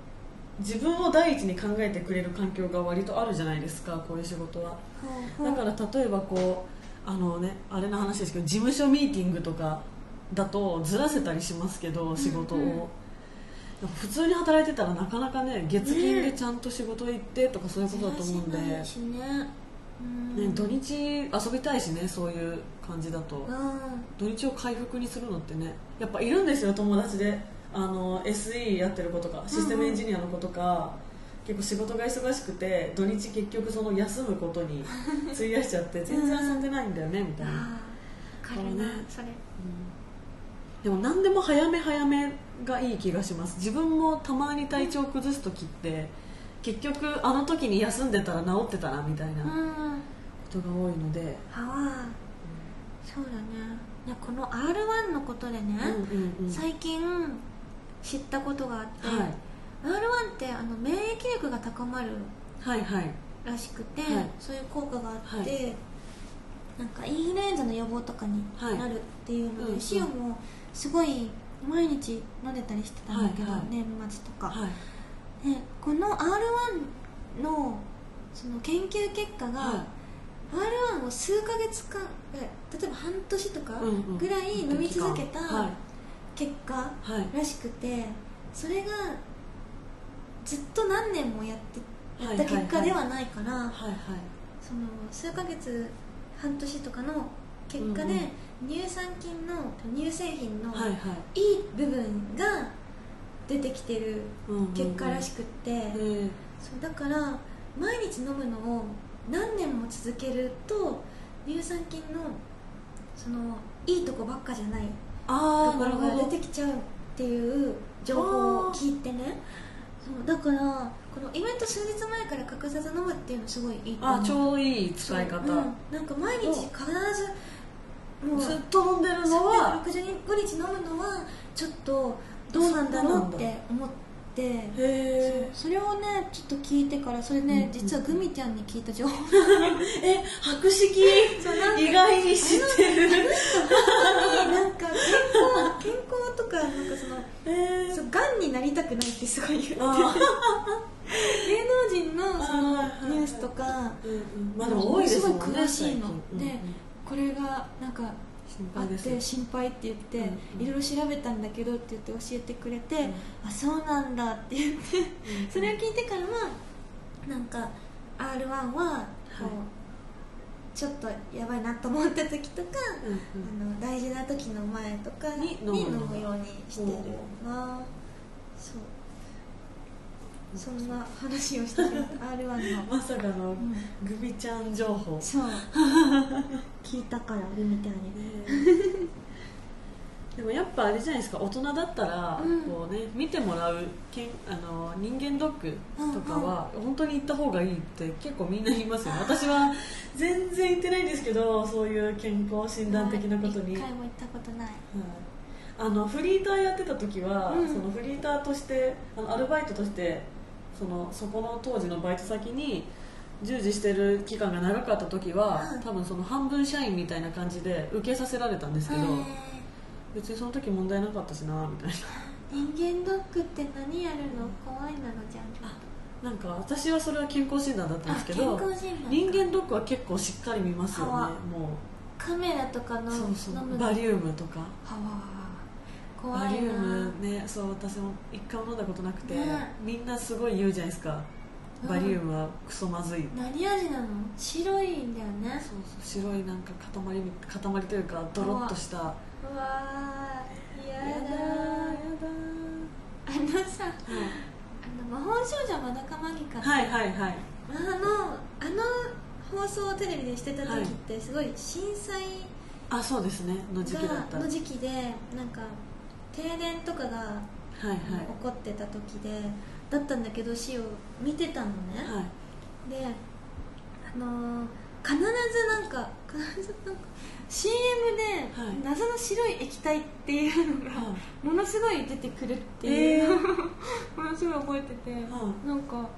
Speaker 1: 自分を第一に考えてくれる環境が割とあるじゃないですかこういう仕事はだから例えばこうあのねあれの話ですけど事務所ミーティングとかだとずらせたりしますけど仕事を、
Speaker 2: うんうん
Speaker 1: 普通に働いてたらなかなかね月金でちゃんと仕事行ってとかそういうことだと思うんで、
Speaker 5: 忙し
Speaker 1: ね
Speaker 5: ない、しねうん
Speaker 1: 土日遊びたいしねそういう感じだと、
Speaker 5: うん
Speaker 1: 土日を回復にするのってねやっぱいるんですよ友達であの SE やってる子とかシステムエンジニアの子とか、結構仕事が忙しくて土日結局その休むこと に費やしちゃって全然遊んでないんだよねみたいな、
Speaker 5: ああ分かるな
Speaker 1: このね
Speaker 5: それ
Speaker 1: うんでも何でも早め早めがいい気がします自分もたまに体調崩す時って結局あの時に休んでたら治ってたなみたいな
Speaker 2: う
Speaker 1: こ
Speaker 2: ん
Speaker 1: とが多いので、
Speaker 5: ああ
Speaker 2: そうだねいやこの R1 のことでね、
Speaker 1: うんうんうん
Speaker 2: 最近知ったことがあって、
Speaker 1: はい
Speaker 2: R1 ってあの免疫力が高まる
Speaker 1: はいはい
Speaker 2: らしくて、
Speaker 1: はい
Speaker 2: そういう効果があって、な
Speaker 1: は
Speaker 2: んかインフルエンザの予防とかに
Speaker 1: はい
Speaker 2: なるっていうので、
Speaker 1: うん
Speaker 2: 塩もすごい毎日飲んでたりしてたんだけど、
Speaker 1: はいはい
Speaker 2: 年末とか、
Speaker 1: はい
Speaker 2: でこの R1 のその研究結果が、
Speaker 1: は
Speaker 2: R1 を数ヶ月間え例えば半年とか
Speaker 1: うんうん
Speaker 2: ぐらい飲み続け
Speaker 1: は
Speaker 2: た結果
Speaker 1: いはい
Speaker 2: らしくてそれがずっと何年もやって
Speaker 1: や
Speaker 2: た結果ではないから
Speaker 1: はいはい
Speaker 2: その数ヶ月半年とかの結果
Speaker 1: うん
Speaker 2: で乳酸菌の乳製品の
Speaker 1: はいはい
Speaker 2: いい部分が出てきてる
Speaker 1: うんうんうん
Speaker 2: 結果らしくって
Speaker 1: え
Speaker 2: そうだから毎日飲むのを何年も続けると乳酸菌のそのいいとこばっかじゃないと
Speaker 1: ああ
Speaker 2: こ
Speaker 1: なる
Speaker 2: ろ
Speaker 1: ほ
Speaker 2: が
Speaker 1: ど
Speaker 2: 出てきちゃうっていう情報を聞いてねそうだからこのイベント数日前から隠さず飲むっていうのすごいいいと思
Speaker 1: あーちょうどいい使い方、
Speaker 2: そううんなんか毎日必ずもう
Speaker 1: ずっと飲んでるのは
Speaker 2: 365日飲むのはちょっとどうなんだろうって思って
Speaker 1: へえ
Speaker 2: それをねちょっと聞いてからそれね、
Speaker 1: うんうん
Speaker 2: 実はグミちゃんに聞いた情報
Speaker 1: え白色
Speaker 2: そうなんか
Speaker 1: 意外に知ってる
Speaker 2: なんか健康健康とかなんかその
Speaker 1: へえ
Speaker 2: そうがんになりたくないってすごい言う芸能
Speaker 1: あ
Speaker 2: 人の
Speaker 1: ー
Speaker 2: その
Speaker 1: はいはいはい
Speaker 2: ニュースとか
Speaker 1: ーうんうんまあでも多いですもんね
Speaker 2: すごい詳しいの
Speaker 1: 最近
Speaker 2: で
Speaker 1: うんうん
Speaker 2: これがなんか
Speaker 1: 心
Speaker 2: あっ
Speaker 1: 配です
Speaker 2: て心配って言って
Speaker 1: うんう
Speaker 2: い
Speaker 1: ん
Speaker 2: ろいろ調べたんだけどって言って教えてくれて、
Speaker 1: ん
Speaker 2: あそうなんだって言ってそれを聞いてからはなんか r 1はこう、ちょっとやばいなと思った時とか、
Speaker 1: うんうん
Speaker 2: あの大事な時の前とかに
Speaker 1: に
Speaker 2: 飲
Speaker 1: 飲
Speaker 2: む
Speaker 1: む
Speaker 2: ようにしてるなそうそんな話をして る r 1の、
Speaker 1: まさかの
Speaker 2: うん
Speaker 1: グビちゃん情報
Speaker 2: そう聞いたからみたいに
Speaker 1: でもやっぱあれじゃないですか大人だったら、
Speaker 2: うん
Speaker 1: こうね、見てもらうけんあの人間ドックとかは本当に行った方がいいって結構みんな言いますよね私は全然行ってないんですけどそういう健康診断的なことに、
Speaker 2: 一
Speaker 1: はい
Speaker 2: 回も行ったことない
Speaker 1: あのフリーターやってた時は、
Speaker 2: うん
Speaker 1: そのフリーターとしてあのアルバイトとしてそのそこの当時のバイト先に従事してる期間が長かった時は、
Speaker 2: うん
Speaker 1: 多分その半分社員みたいな感じで受けさせられたんですけど、別にその時問題なかったしな みたい
Speaker 2: 人間ドックって何やるの怖いなのじゃん
Speaker 1: ななんか私はそれは健康診断だったんですけ
Speaker 2: あ
Speaker 1: ど
Speaker 2: 健康診断
Speaker 1: 人間ドックは結構しっかり見ますよね
Speaker 2: は
Speaker 1: も
Speaker 2: カメラとか
Speaker 1: う
Speaker 2: の
Speaker 1: そう
Speaker 2: 飲
Speaker 1: そう
Speaker 2: む
Speaker 1: バ
Speaker 2: の
Speaker 1: リウムとか
Speaker 2: はわ怖
Speaker 1: バリ
Speaker 2: い
Speaker 1: ウ
Speaker 2: な
Speaker 1: ムねそう私も一回も飲んだことなくて、
Speaker 2: ね
Speaker 1: みんなすごい言うじゃないですかバリウムはクソまずい
Speaker 3: 何味なの白いんだよね
Speaker 1: そうそう白いなんか塊み塊というかドロッとしたや
Speaker 3: うわーや
Speaker 1: だ
Speaker 3: だ
Speaker 1: や
Speaker 3: あのさ
Speaker 1: だ
Speaker 3: あの魔法少女まどかマギカ、
Speaker 1: はいはいはい
Speaker 2: あのあの放送をテレビでしてた時ってすごい震災
Speaker 1: あそうですねの時期だっ
Speaker 2: が
Speaker 1: たは
Speaker 2: の
Speaker 1: い
Speaker 2: 時期でなんか停電とかが
Speaker 1: は
Speaker 2: 起
Speaker 1: い
Speaker 2: こってた時でだったんだけど死を見てたのね
Speaker 1: はい
Speaker 2: であのー必ずなんか必ずなんか CM で、
Speaker 1: はい
Speaker 2: 謎の白い液体っていうのが
Speaker 1: は
Speaker 2: ものすごい出てくるって
Speaker 1: い
Speaker 2: い
Speaker 1: え
Speaker 2: うのを、
Speaker 1: ー
Speaker 2: ものすごい覚えてて、
Speaker 1: は
Speaker 2: なんか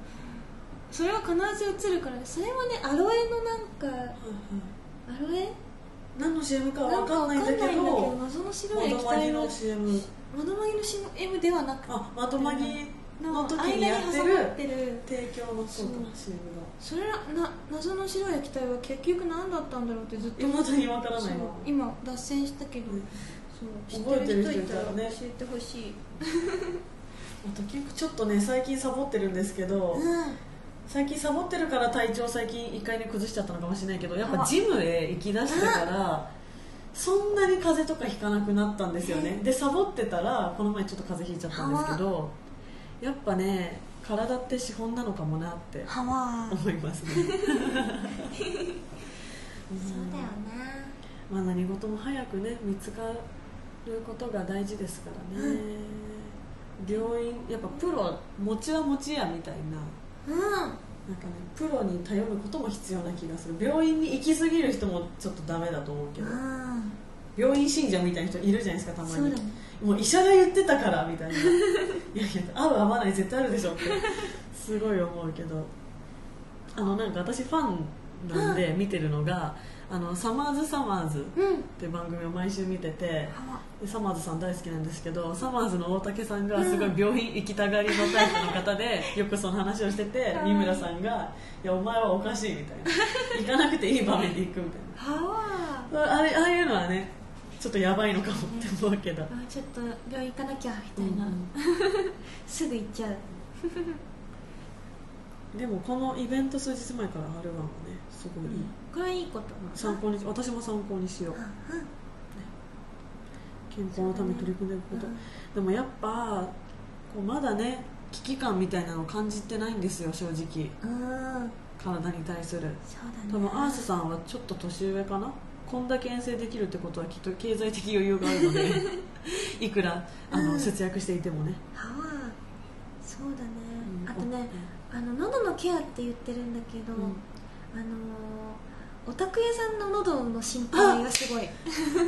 Speaker 2: それは必ず映るからそれはねアロエのなんか
Speaker 1: いはい
Speaker 2: アロエ
Speaker 1: 何の CM か
Speaker 2: な
Speaker 1: は
Speaker 2: ん
Speaker 1: 分
Speaker 2: か
Speaker 1: か
Speaker 2: わ
Speaker 1: ん
Speaker 2: か
Speaker 1: なん
Speaker 2: なんいん
Speaker 1: いだ
Speaker 2: だ
Speaker 1: け
Speaker 2: けど
Speaker 1: ど
Speaker 2: 謎の白い液
Speaker 1: 窓マギ
Speaker 2: 体
Speaker 1: の
Speaker 2: の
Speaker 1: CM
Speaker 2: 窓マギの CM ではなく
Speaker 1: あ窓マギの時
Speaker 2: 間に
Speaker 1: にやって
Speaker 2: 挟
Speaker 1: る
Speaker 2: まってる
Speaker 1: 提供のそうだ
Speaker 2: そう
Speaker 1: CM
Speaker 2: それらな謎の白い液体は結局何だったんだろうってずっと
Speaker 1: がいまだに分から
Speaker 2: そ
Speaker 1: な
Speaker 2: う
Speaker 1: いわ
Speaker 2: 今脱線したけど、
Speaker 1: うん
Speaker 2: そう
Speaker 1: 覚えてる人いた
Speaker 2: 知っ
Speaker 1: ら
Speaker 2: て
Speaker 1: ね
Speaker 2: 教えてほしい、
Speaker 1: あと結構ちょっとね最近サボってるんですけど、最近サボってるから体調最近一回ね崩しちゃったのかもしれないけどやっぱジムへ行きだしてからそんなに風邪とかひかなくなったんですよねでサボってたらこの前ちょっと風邪ひいちゃったんですけどやっぱね体って資本なのかもなって
Speaker 3: ハワー
Speaker 1: 思います ね
Speaker 3: そうだよね
Speaker 1: まあ何事も早くね見つかることが大事ですからね、病院やっぱプロ持ちは持ちやみたいな
Speaker 3: う
Speaker 1: なんかね、プロに頼ることも必要な気がする病院に行き過ぎる人もちょっとダメだと思うけど
Speaker 3: んうん
Speaker 1: 病院信者みたいな人いるじゃないですかたま
Speaker 2: そう
Speaker 1: に、
Speaker 2: だね
Speaker 1: もう医者が言ってたからみたいないやいや合う合わない絶対あるでしょってすごい思うけどあのなんか私ファンなんで見てるのが「あのサマーズ・サマーズ」
Speaker 3: うん
Speaker 1: っていう番組を毎週見てて
Speaker 3: ハワ
Speaker 1: でサマーズさん大好きなんですけどサマーズの大竹さんがすごい病院行きたがりのタイプの方 でよくその話をしてて
Speaker 3: かわいい
Speaker 1: 三村さんが「いやお前はおかしい」みたいな「行かなくていい場面で行く」みたいな
Speaker 2: ハワ
Speaker 1: ああれああいうのはねちょっとやばいのかもって思うけど、
Speaker 2: ーあちょっと病院行かなきゃ
Speaker 1: う
Speaker 2: みたいな、
Speaker 1: ん
Speaker 2: すぐ行っちゃう
Speaker 1: でもこのイベント数日前から R1 はねすごいいい、
Speaker 2: これはいいこと
Speaker 1: 参考に私も参考にしよう、ね健康のために取り組んでいくこと、でもやっぱこうまだね危機感みたいなのを感じてないんですよ正直
Speaker 2: うん
Speaker 1: 体に対する
Speaker 2: そう
Speaker 1: 多分アースさんはちょっと年上かなこんだけ遠征できるってことはきっと経済的余裕があるの でいくらあの、節約していてもね、
Speaker 2: 歯はそうだね、
Speaker 1: うん
Speaker 2: あとねあの喉のケアって言ってるんだけど、
Speaker 1: うん
Speaker 2: あのー、お宅屋さんの喉の心配がすごい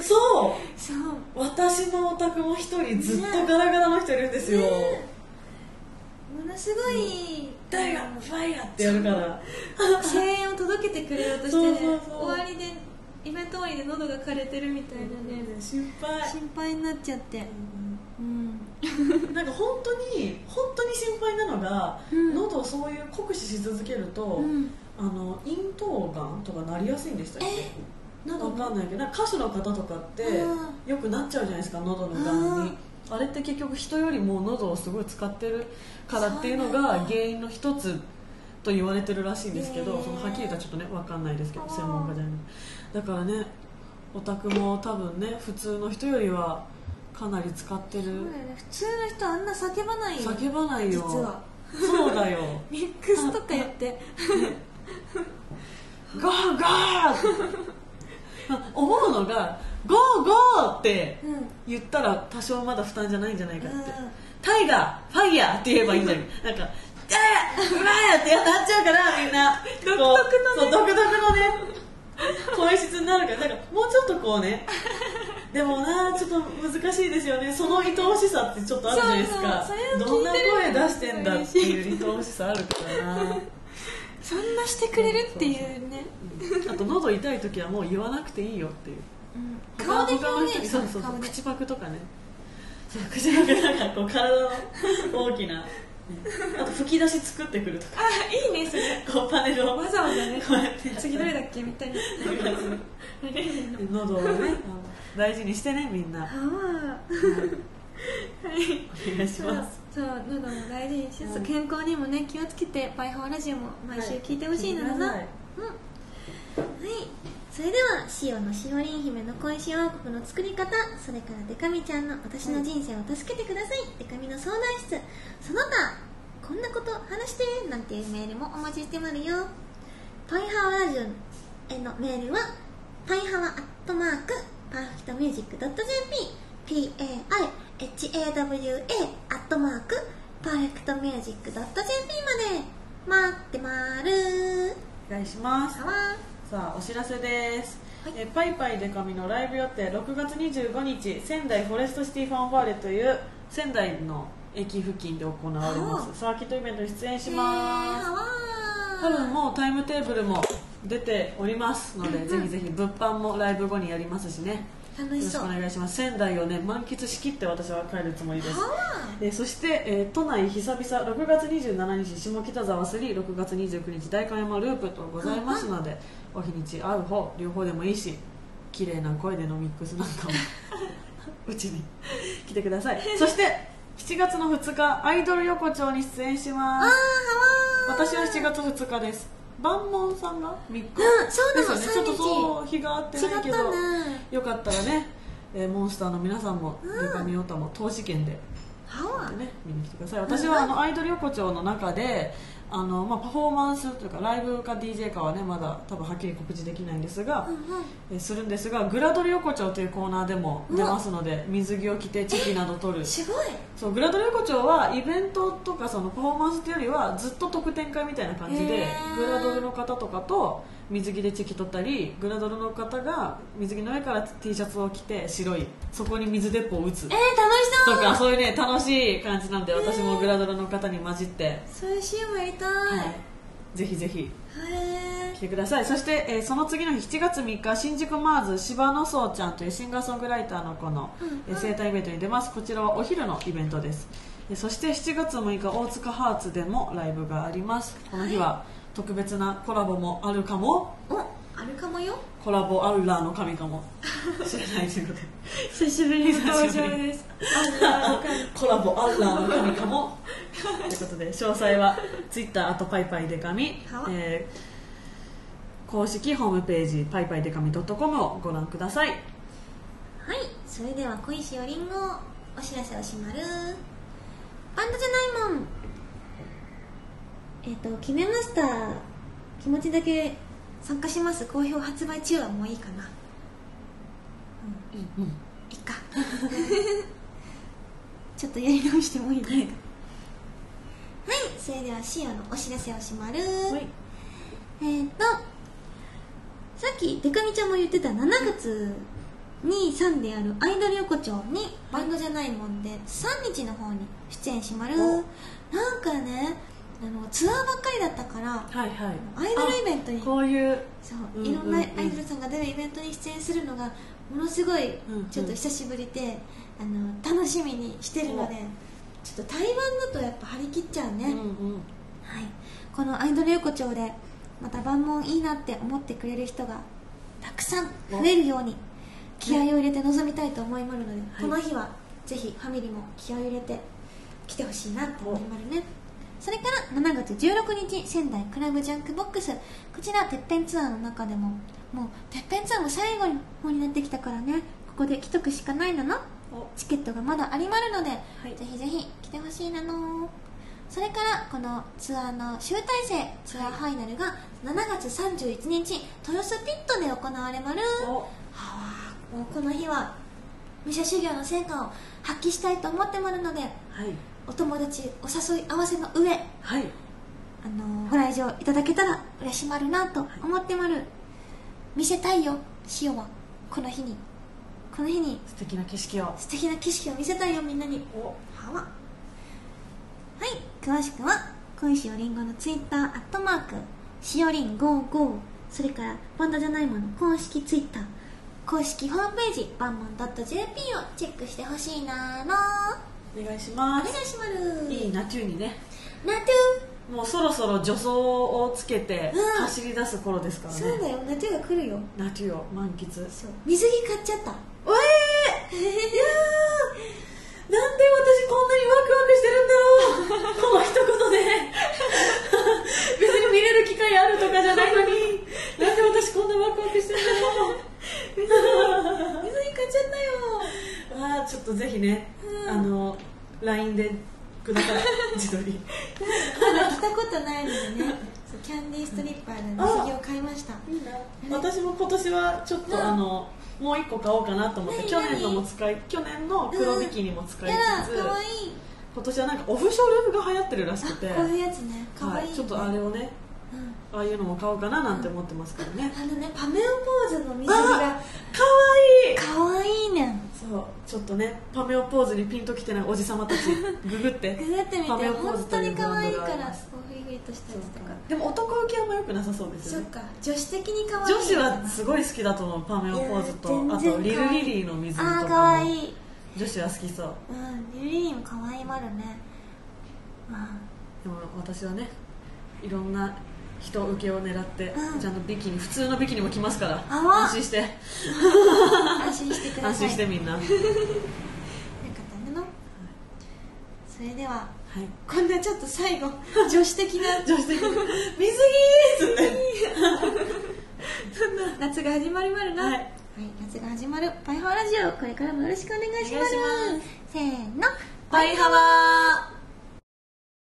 Speaker 1: そう
Speaker 2: そう
Speaker 1: 私のお宅も一人ずっとガラガラの人いるんですよ、
Speaker 2: ものすごい、
Speaker 1: ダイヤファイヤーってやるから
Speaker 2: 声援を届けてくれようとして
Speaker 1: そうそうそう
Speaker 2: 終わりでイベント終わりで喉が枯れてるみたいなね、
Speaker 1: 心配
Speaker 2: 心配になっちゃってうん
Speaker 1: なんか本当に本当に心配なのが、
Speaker 2: うん
Speaker 1: 喉をそういう酷使し続けると、
Speaker 2: うん
Speaker 1: あの咽頭がんとかなりやすいんでしたっけなんかわかんないけどなんか歌手の方とかって
Speaker 2: あ
Speaker 1: よくなっちゃうじゃないですか喉のがんにあれって結局人よりも喉をすごい使ってるからっていうのが原因の一つと言われてるらしいんですけ
Speaker 2: へ
Speaker 1: ど
Speaker 2: ー
Speaker 1: そのはっきりとはちょっとねわかんないですけど専門家じゃないだからねお宅も多分ね普通の人よりはかなり使って
Speaker 2: そ
Speaker 1: る
Speaker 2: うだよね普通の人あんな叫ばないよ
Speaker 1: 叫ばないよ
Speaker 2: 実は
Speaker 1: そうだよ
Speaker 2: ミックスとかやって
Speaker 1: ゴーゴー 思うのがゴーゴーって
Speaker 2: うん
Speaker 1: 言ったら多少まだ負担じゃないんじゃないかって、
Speaker 2: うん
Speaker 1: タイガーファイヤーって言えばいい んじゃないなんか「えー、ファイヤー!」ってやっなっちゃうからみんな独特のねそう独特のね声質になるからなんかもうちょっとこうねでもなちょっと難しいですよねその愛おしさってちょっとあるじゃないですか
Speaker 2: そうそうそれ
Speaker 1: どん
Speaker 2: を聞い
Speaker 1: な
Speaker 2: てる
Speaker 1: 声出してんだっていう愛おしさあるからな
Speaker 2: そんなしてくれるっていうね
Speaker 1: あと喉痛い時はもう言わなくていいよっていう
Speaker 2: 顔で表現
Speaker 1: そうそうそう口パクとかねそう口パクなんかこう体の大きな、ねあと吹き出し作ってくるとか
Speaker 2: あいいねそれ
Speaker 1: こうパネルを
Speaker 2: わざわざね
Speaker 1: こうやってやったり
Speaker 2: 次どれだっけみたいな
Speaker 1: 喉をね大事にしてねみんな
Speaker 2: ああ
Speaker 1: お願いします
Speaker 2: そう喉も大事にしつつ、
Speaker 1: うん
Speaker 2: 健康にもね気をつけてパイハワラジオも毎週聞いてほしいのだな、
Speaker 1: は
Speaker 2: はいい、それではシオのしおりん姫の恋しお王国の作り方それからデカミちゃんの私の人生を助けてください、デカミの相談室その他こんなこと話してなんていうメールもお待ちしてますよパイハワラジオへのメールはパイハワアットマークパーフェクトミュージックドット JP PAIHAWA アットマークパーフェクトミュージックドット JP まで待ってまーる
Speaker 1: お願いします
Speaker 2: さわ
Speaker 1: さあお知らせです、
Speaker 2: はい
Speaker 1: えーパイパイデカミのライブ予定6月25日仙台フォレストシティファンファーレという仙台の駅付近で行われますサーキットイベントに出演します、
Speaker 2: はわー
Speaker 1: 多分もうタイムテーブルも出ておりますので、ぜひぜひ物販もライブ後にやりますしね
Speaker 2: 楽
Speaker 1: よ
Speaker 2: し
Speaker 1: ろし
Speaker 2: そう
Speaker 1: くお
Speaker 2: は
Speaker 1: 願いします仙台をね満喫しきって私は帰るつもりです
Speaker 2: わ
Speaker 1: えーそして、えー都内久々6月27日下北沢36月29日代官山ループとございますので、お日にち会う方両方でもいいし綺麗な声でのミックスなんかもうちに来てくださいそして7月の2日アイドル横丁に出演します私は7月2日です万門さんが3日、
Speaker 2: うんそうなの
Speaker 1: ですよねちょっと
Speaker 2: 3
Speaker 1: そう日が合って
Speaker 2: ー
Speaker 1: ない
Speaker 2: 違
Speaker 1: け
Speaker 2: っ
Speaker 1: ど
Speaker 2: たんだ
Speaker 1: よかったらね、えーモンスターの皆さんも
Speaker 2: うん
Speaker 1: 床見オタも投資券で
Speaker 2: はわ
Speaker 1: ね、見に来てください私はあのアイドル横丁の中であの、まあ、パフォーマンスというかライブか DJ かはねまだ多分はっきり告知できないんですが、
Speaker 2: うんうん
Speaker 1: えするんですがグラドル横丁というコーナーでも出ますので水着を着てチェキなど取る
Speaker 2: すごい
Speaker 1: そうグラドル横丁はイベントとかそのパフォーマンスというよりはずっと特典会みたいな感じ
Speaker 2: へ
Speaker 1: で
Speaker 2: ー
Speaker 1: グラドルの方とかと水着でチェキ取ったりグラドルの方が水着の上から T シャツを着て白いそこに水鉄砲を打つ
Speaker 2: えー、楽し
Speaker 1: と
Speaker 2: そう
Speaker 1: かそういうね楽しい感じなんで私もグラドルの方に混じって、
Speaker 2: そういうシーンもやりたい、
Speaker 1: はい、ぜひぜひ
Speaker 2: へえ
Speaker 1: 来てくださいそして、えーその次の日7月3日新宿マーズ芝野荘ちゃんというシンガーソングライターの子の、えー生誕イベントに出ますこちらはお昼のイベントですえーそして7月6日大塚ハーツでもライブがありますこの日は特別なコラボもあるかも
Speaker 2: おあるかもよ
Speaker 1: コラボアルラーの神かも知らないということで
Speaker 2: 久しぶりの登
Speaker 1: 久しぶ
Speaker 2: 場
Speaker 1: り
Speaker 2: ですあるかも
Speaker 1: コラボアンラーの神かもということで詳細はツイッターあとパイパイデカミ
Speaker 2: は、
Speaker 1: えー公式ホームページパイパイデカミ .com をご覧ください
Speaker 2: はい、それでは小石よりんごお知らせをしまるバンドじゃないもんえっ、と決めました気持ちだけ参加します好評発売中はもういいかなうん、
Speaker 1: うん
Speaker 2: いいか ちょっとやり直してもいいですかはい、それではシオのお知らせをしまる
Speaker 1: はい
Speaker 2: えー、とさっきでかみちゃんも言ってた7月23であるアイドル横丁にバンドじゃないもんで3日の方に出演しまる
Speaker 1: お
Speaker 2: なんかねあのツアーばっかりだったから
Speaker 1: はいはい
Speaker 2: アイドルイベントに
Speaker 1: あこういう
Speaker 2: そう、
Speaker 1: うん
Speaker 2: いろんな
Speaker 1: う
Speaker 2: ア
Speaker 1: んう
Speaker 2: イ
Speaker 1: ん
Speaker 2: ドルさんが出るイベントに出演するのがものすごい
Speaker 1: うんうん
Speaker 2: ちょっと久しぶりで、あの楽しみにしてるのでちょっと台湾だとやっぱ張り切っちゃうね、
Speaker 1: うんうん
Speaker 2: はい、このアイドル横丁でまた万問いいなって思ってくれる人がたくさん増えるように気合を入れて臨みたいと思いまるので、
Speaker 1: はい
Speaker 2: この日はぜひファミリーも気合を入れて来てほしいなと思いまるねそれから7月16日仙台クラブジャンクボックスこちらてっぺんツアーの中でももうてっぺんツアーも最後の方になってきたからねここで来とくしかないなの
Speaker 1: お
Speaker 2: チケットがまだありまるので、
Speaker 1: い
Speaker 2: ぜひぜひ来てほしいなのそれからこのツアーの集大成ツアーファイナルが7月31日豊洲ピットで行われまる
Speaker 1: お
Speaker 2: はあもうこの日は武者修行の成果を発揮したいと思ってまるので
Speaker 1: はい
Speaker 2: お友達お誘い合わせの上
Speaker 1: はい
Speaker 2: あのご来場いただけたら嬉しまるなと思ってまる、見せたいよ塩はこの日にこの日に
Speaker 1: 素敵な景色を
Speaker 2: 素敵な景色を見せたいよみんなに
Speaker 1: お
Speaker 2: はわはい詳しくは小石おりんごのツイッターアットマークしおりん55それからバンドじゃないもの公式ツイッター公式ホームページバンモン .jp をチェックしてほしいなーの
Speaker 1: お願いし
Speaker 2: お
Speaker 1: ま
Speaker 2: 願い
Speaker 1: す
Speaker 2: しまる
Speaker 1: いいナチューにね
Speaker 2: なト
Speaker 1: もうそろそろ助走をつけて
Speaker 2: うん
Speaker 1: 走り出す頃ですか
Speaker 2: ゥ
Speaker 1: ら
Speaker 2: ーそ
Speaker 1: ね、
Speaker 2: うだよなトゥーが来るよ
Speaker 1: ナチューを満喫
Speaker 2: そう水着買っちゃった
Speaker 1: ええー、いやーなんで私こんなにワクワクしてるんだろ この一言で別に見れる機会あるとかじゃないのになんで私こんなワクワクしてんだろう 水に買っちゃったよああちょっとぜひね、あの LINE でください 自撮り
Speaker 2: まだ着たことないのでねそうキャンディーストリッパーの水着を買いました
Speaker 1: 私も今年はちょっと、あのもう一個買おうかなと思って
Speaker 2: 何
Speaker 1: 去年のも使い去年の黒ビキニも使い
Speaker 2: やだ
Speaker 1: つつ、
Speaker 2: かわいい
Speaker 1: 今年はなんかオフショルームが流行ってるらしく て
Speaker 2: こういうやつねかわいい、
Speaker 1: はい、ちょっとあれをね
Speaker 2: うん
Speaker 1: ああいうのも買おうかななんて思ってますけどね
Speaker 2: あのねパメオポーズの水着が
Speaker 1: かわいい
Speaker 2: かわいいねん
Speaker 1: そうちょっとねパメオポーズにピンときてないおじさまたちググって
Speaker 2: ググってみて
Speaker 1: パメオポーズ
Speaker 2: 本当にかわいいか
Speaker 1: とうブランドがあり
Speaker 2: ら
Speaker 1: ます
Speaker 2: こうフリフリとしたやつとか
Speaker 1: でも男受けはあんま良くなさそうです
Speaker 2: そ
Speaker 1: よ
Speaker 2: っ
Speaker 1: ね
Speaker 2: か女子的にかわいい
Speaker 1: 女子はすごい好きだと思うパメオポーズ
Speaker 2: い
Speaker 1: と
Speaker 2: や
Speaker 1: あ
Speaker 2: 全
Speaker 1: とリ
Speaker 2: 然可
Speaker 1: ル
Speaker 2: 愛い
Speaker 1: リリーの水着と
Speaker 3: あ
Speaker 1: か
Speaker 3: ー
Speaker 1: も
Speaker 3: かわいい
Speaker 1: 女子は好きそう
Speaker 3: うんリリーもかわいまるねうん
Speaker 1: でも私はねいろんな人受けを狙って、
Speaker 3: うん
Speaker 1: ちゃんとビキニ普通のビキニも着ますから
Speaker 3: あわ
Speaker 1: 安心して
Speaker 2: 安心してくだ
Speaker 1: 安
Speaker 2: さい
Speaker 1: 心してみんなはい
Speaker 2: なんかダメなそれではこんなちょっと最後 女子的な
Speaker 1: 女子 的に水着ですね
Speaker 2: 夏が始まるまるな
Speaker 1: は
Speaker 2: はいい、夏が始まるパイハワラジオこれからもよろしくお願いします
Speaker 1: お願いしま
Speaker 2: せーの
Speaker 1: バイハワー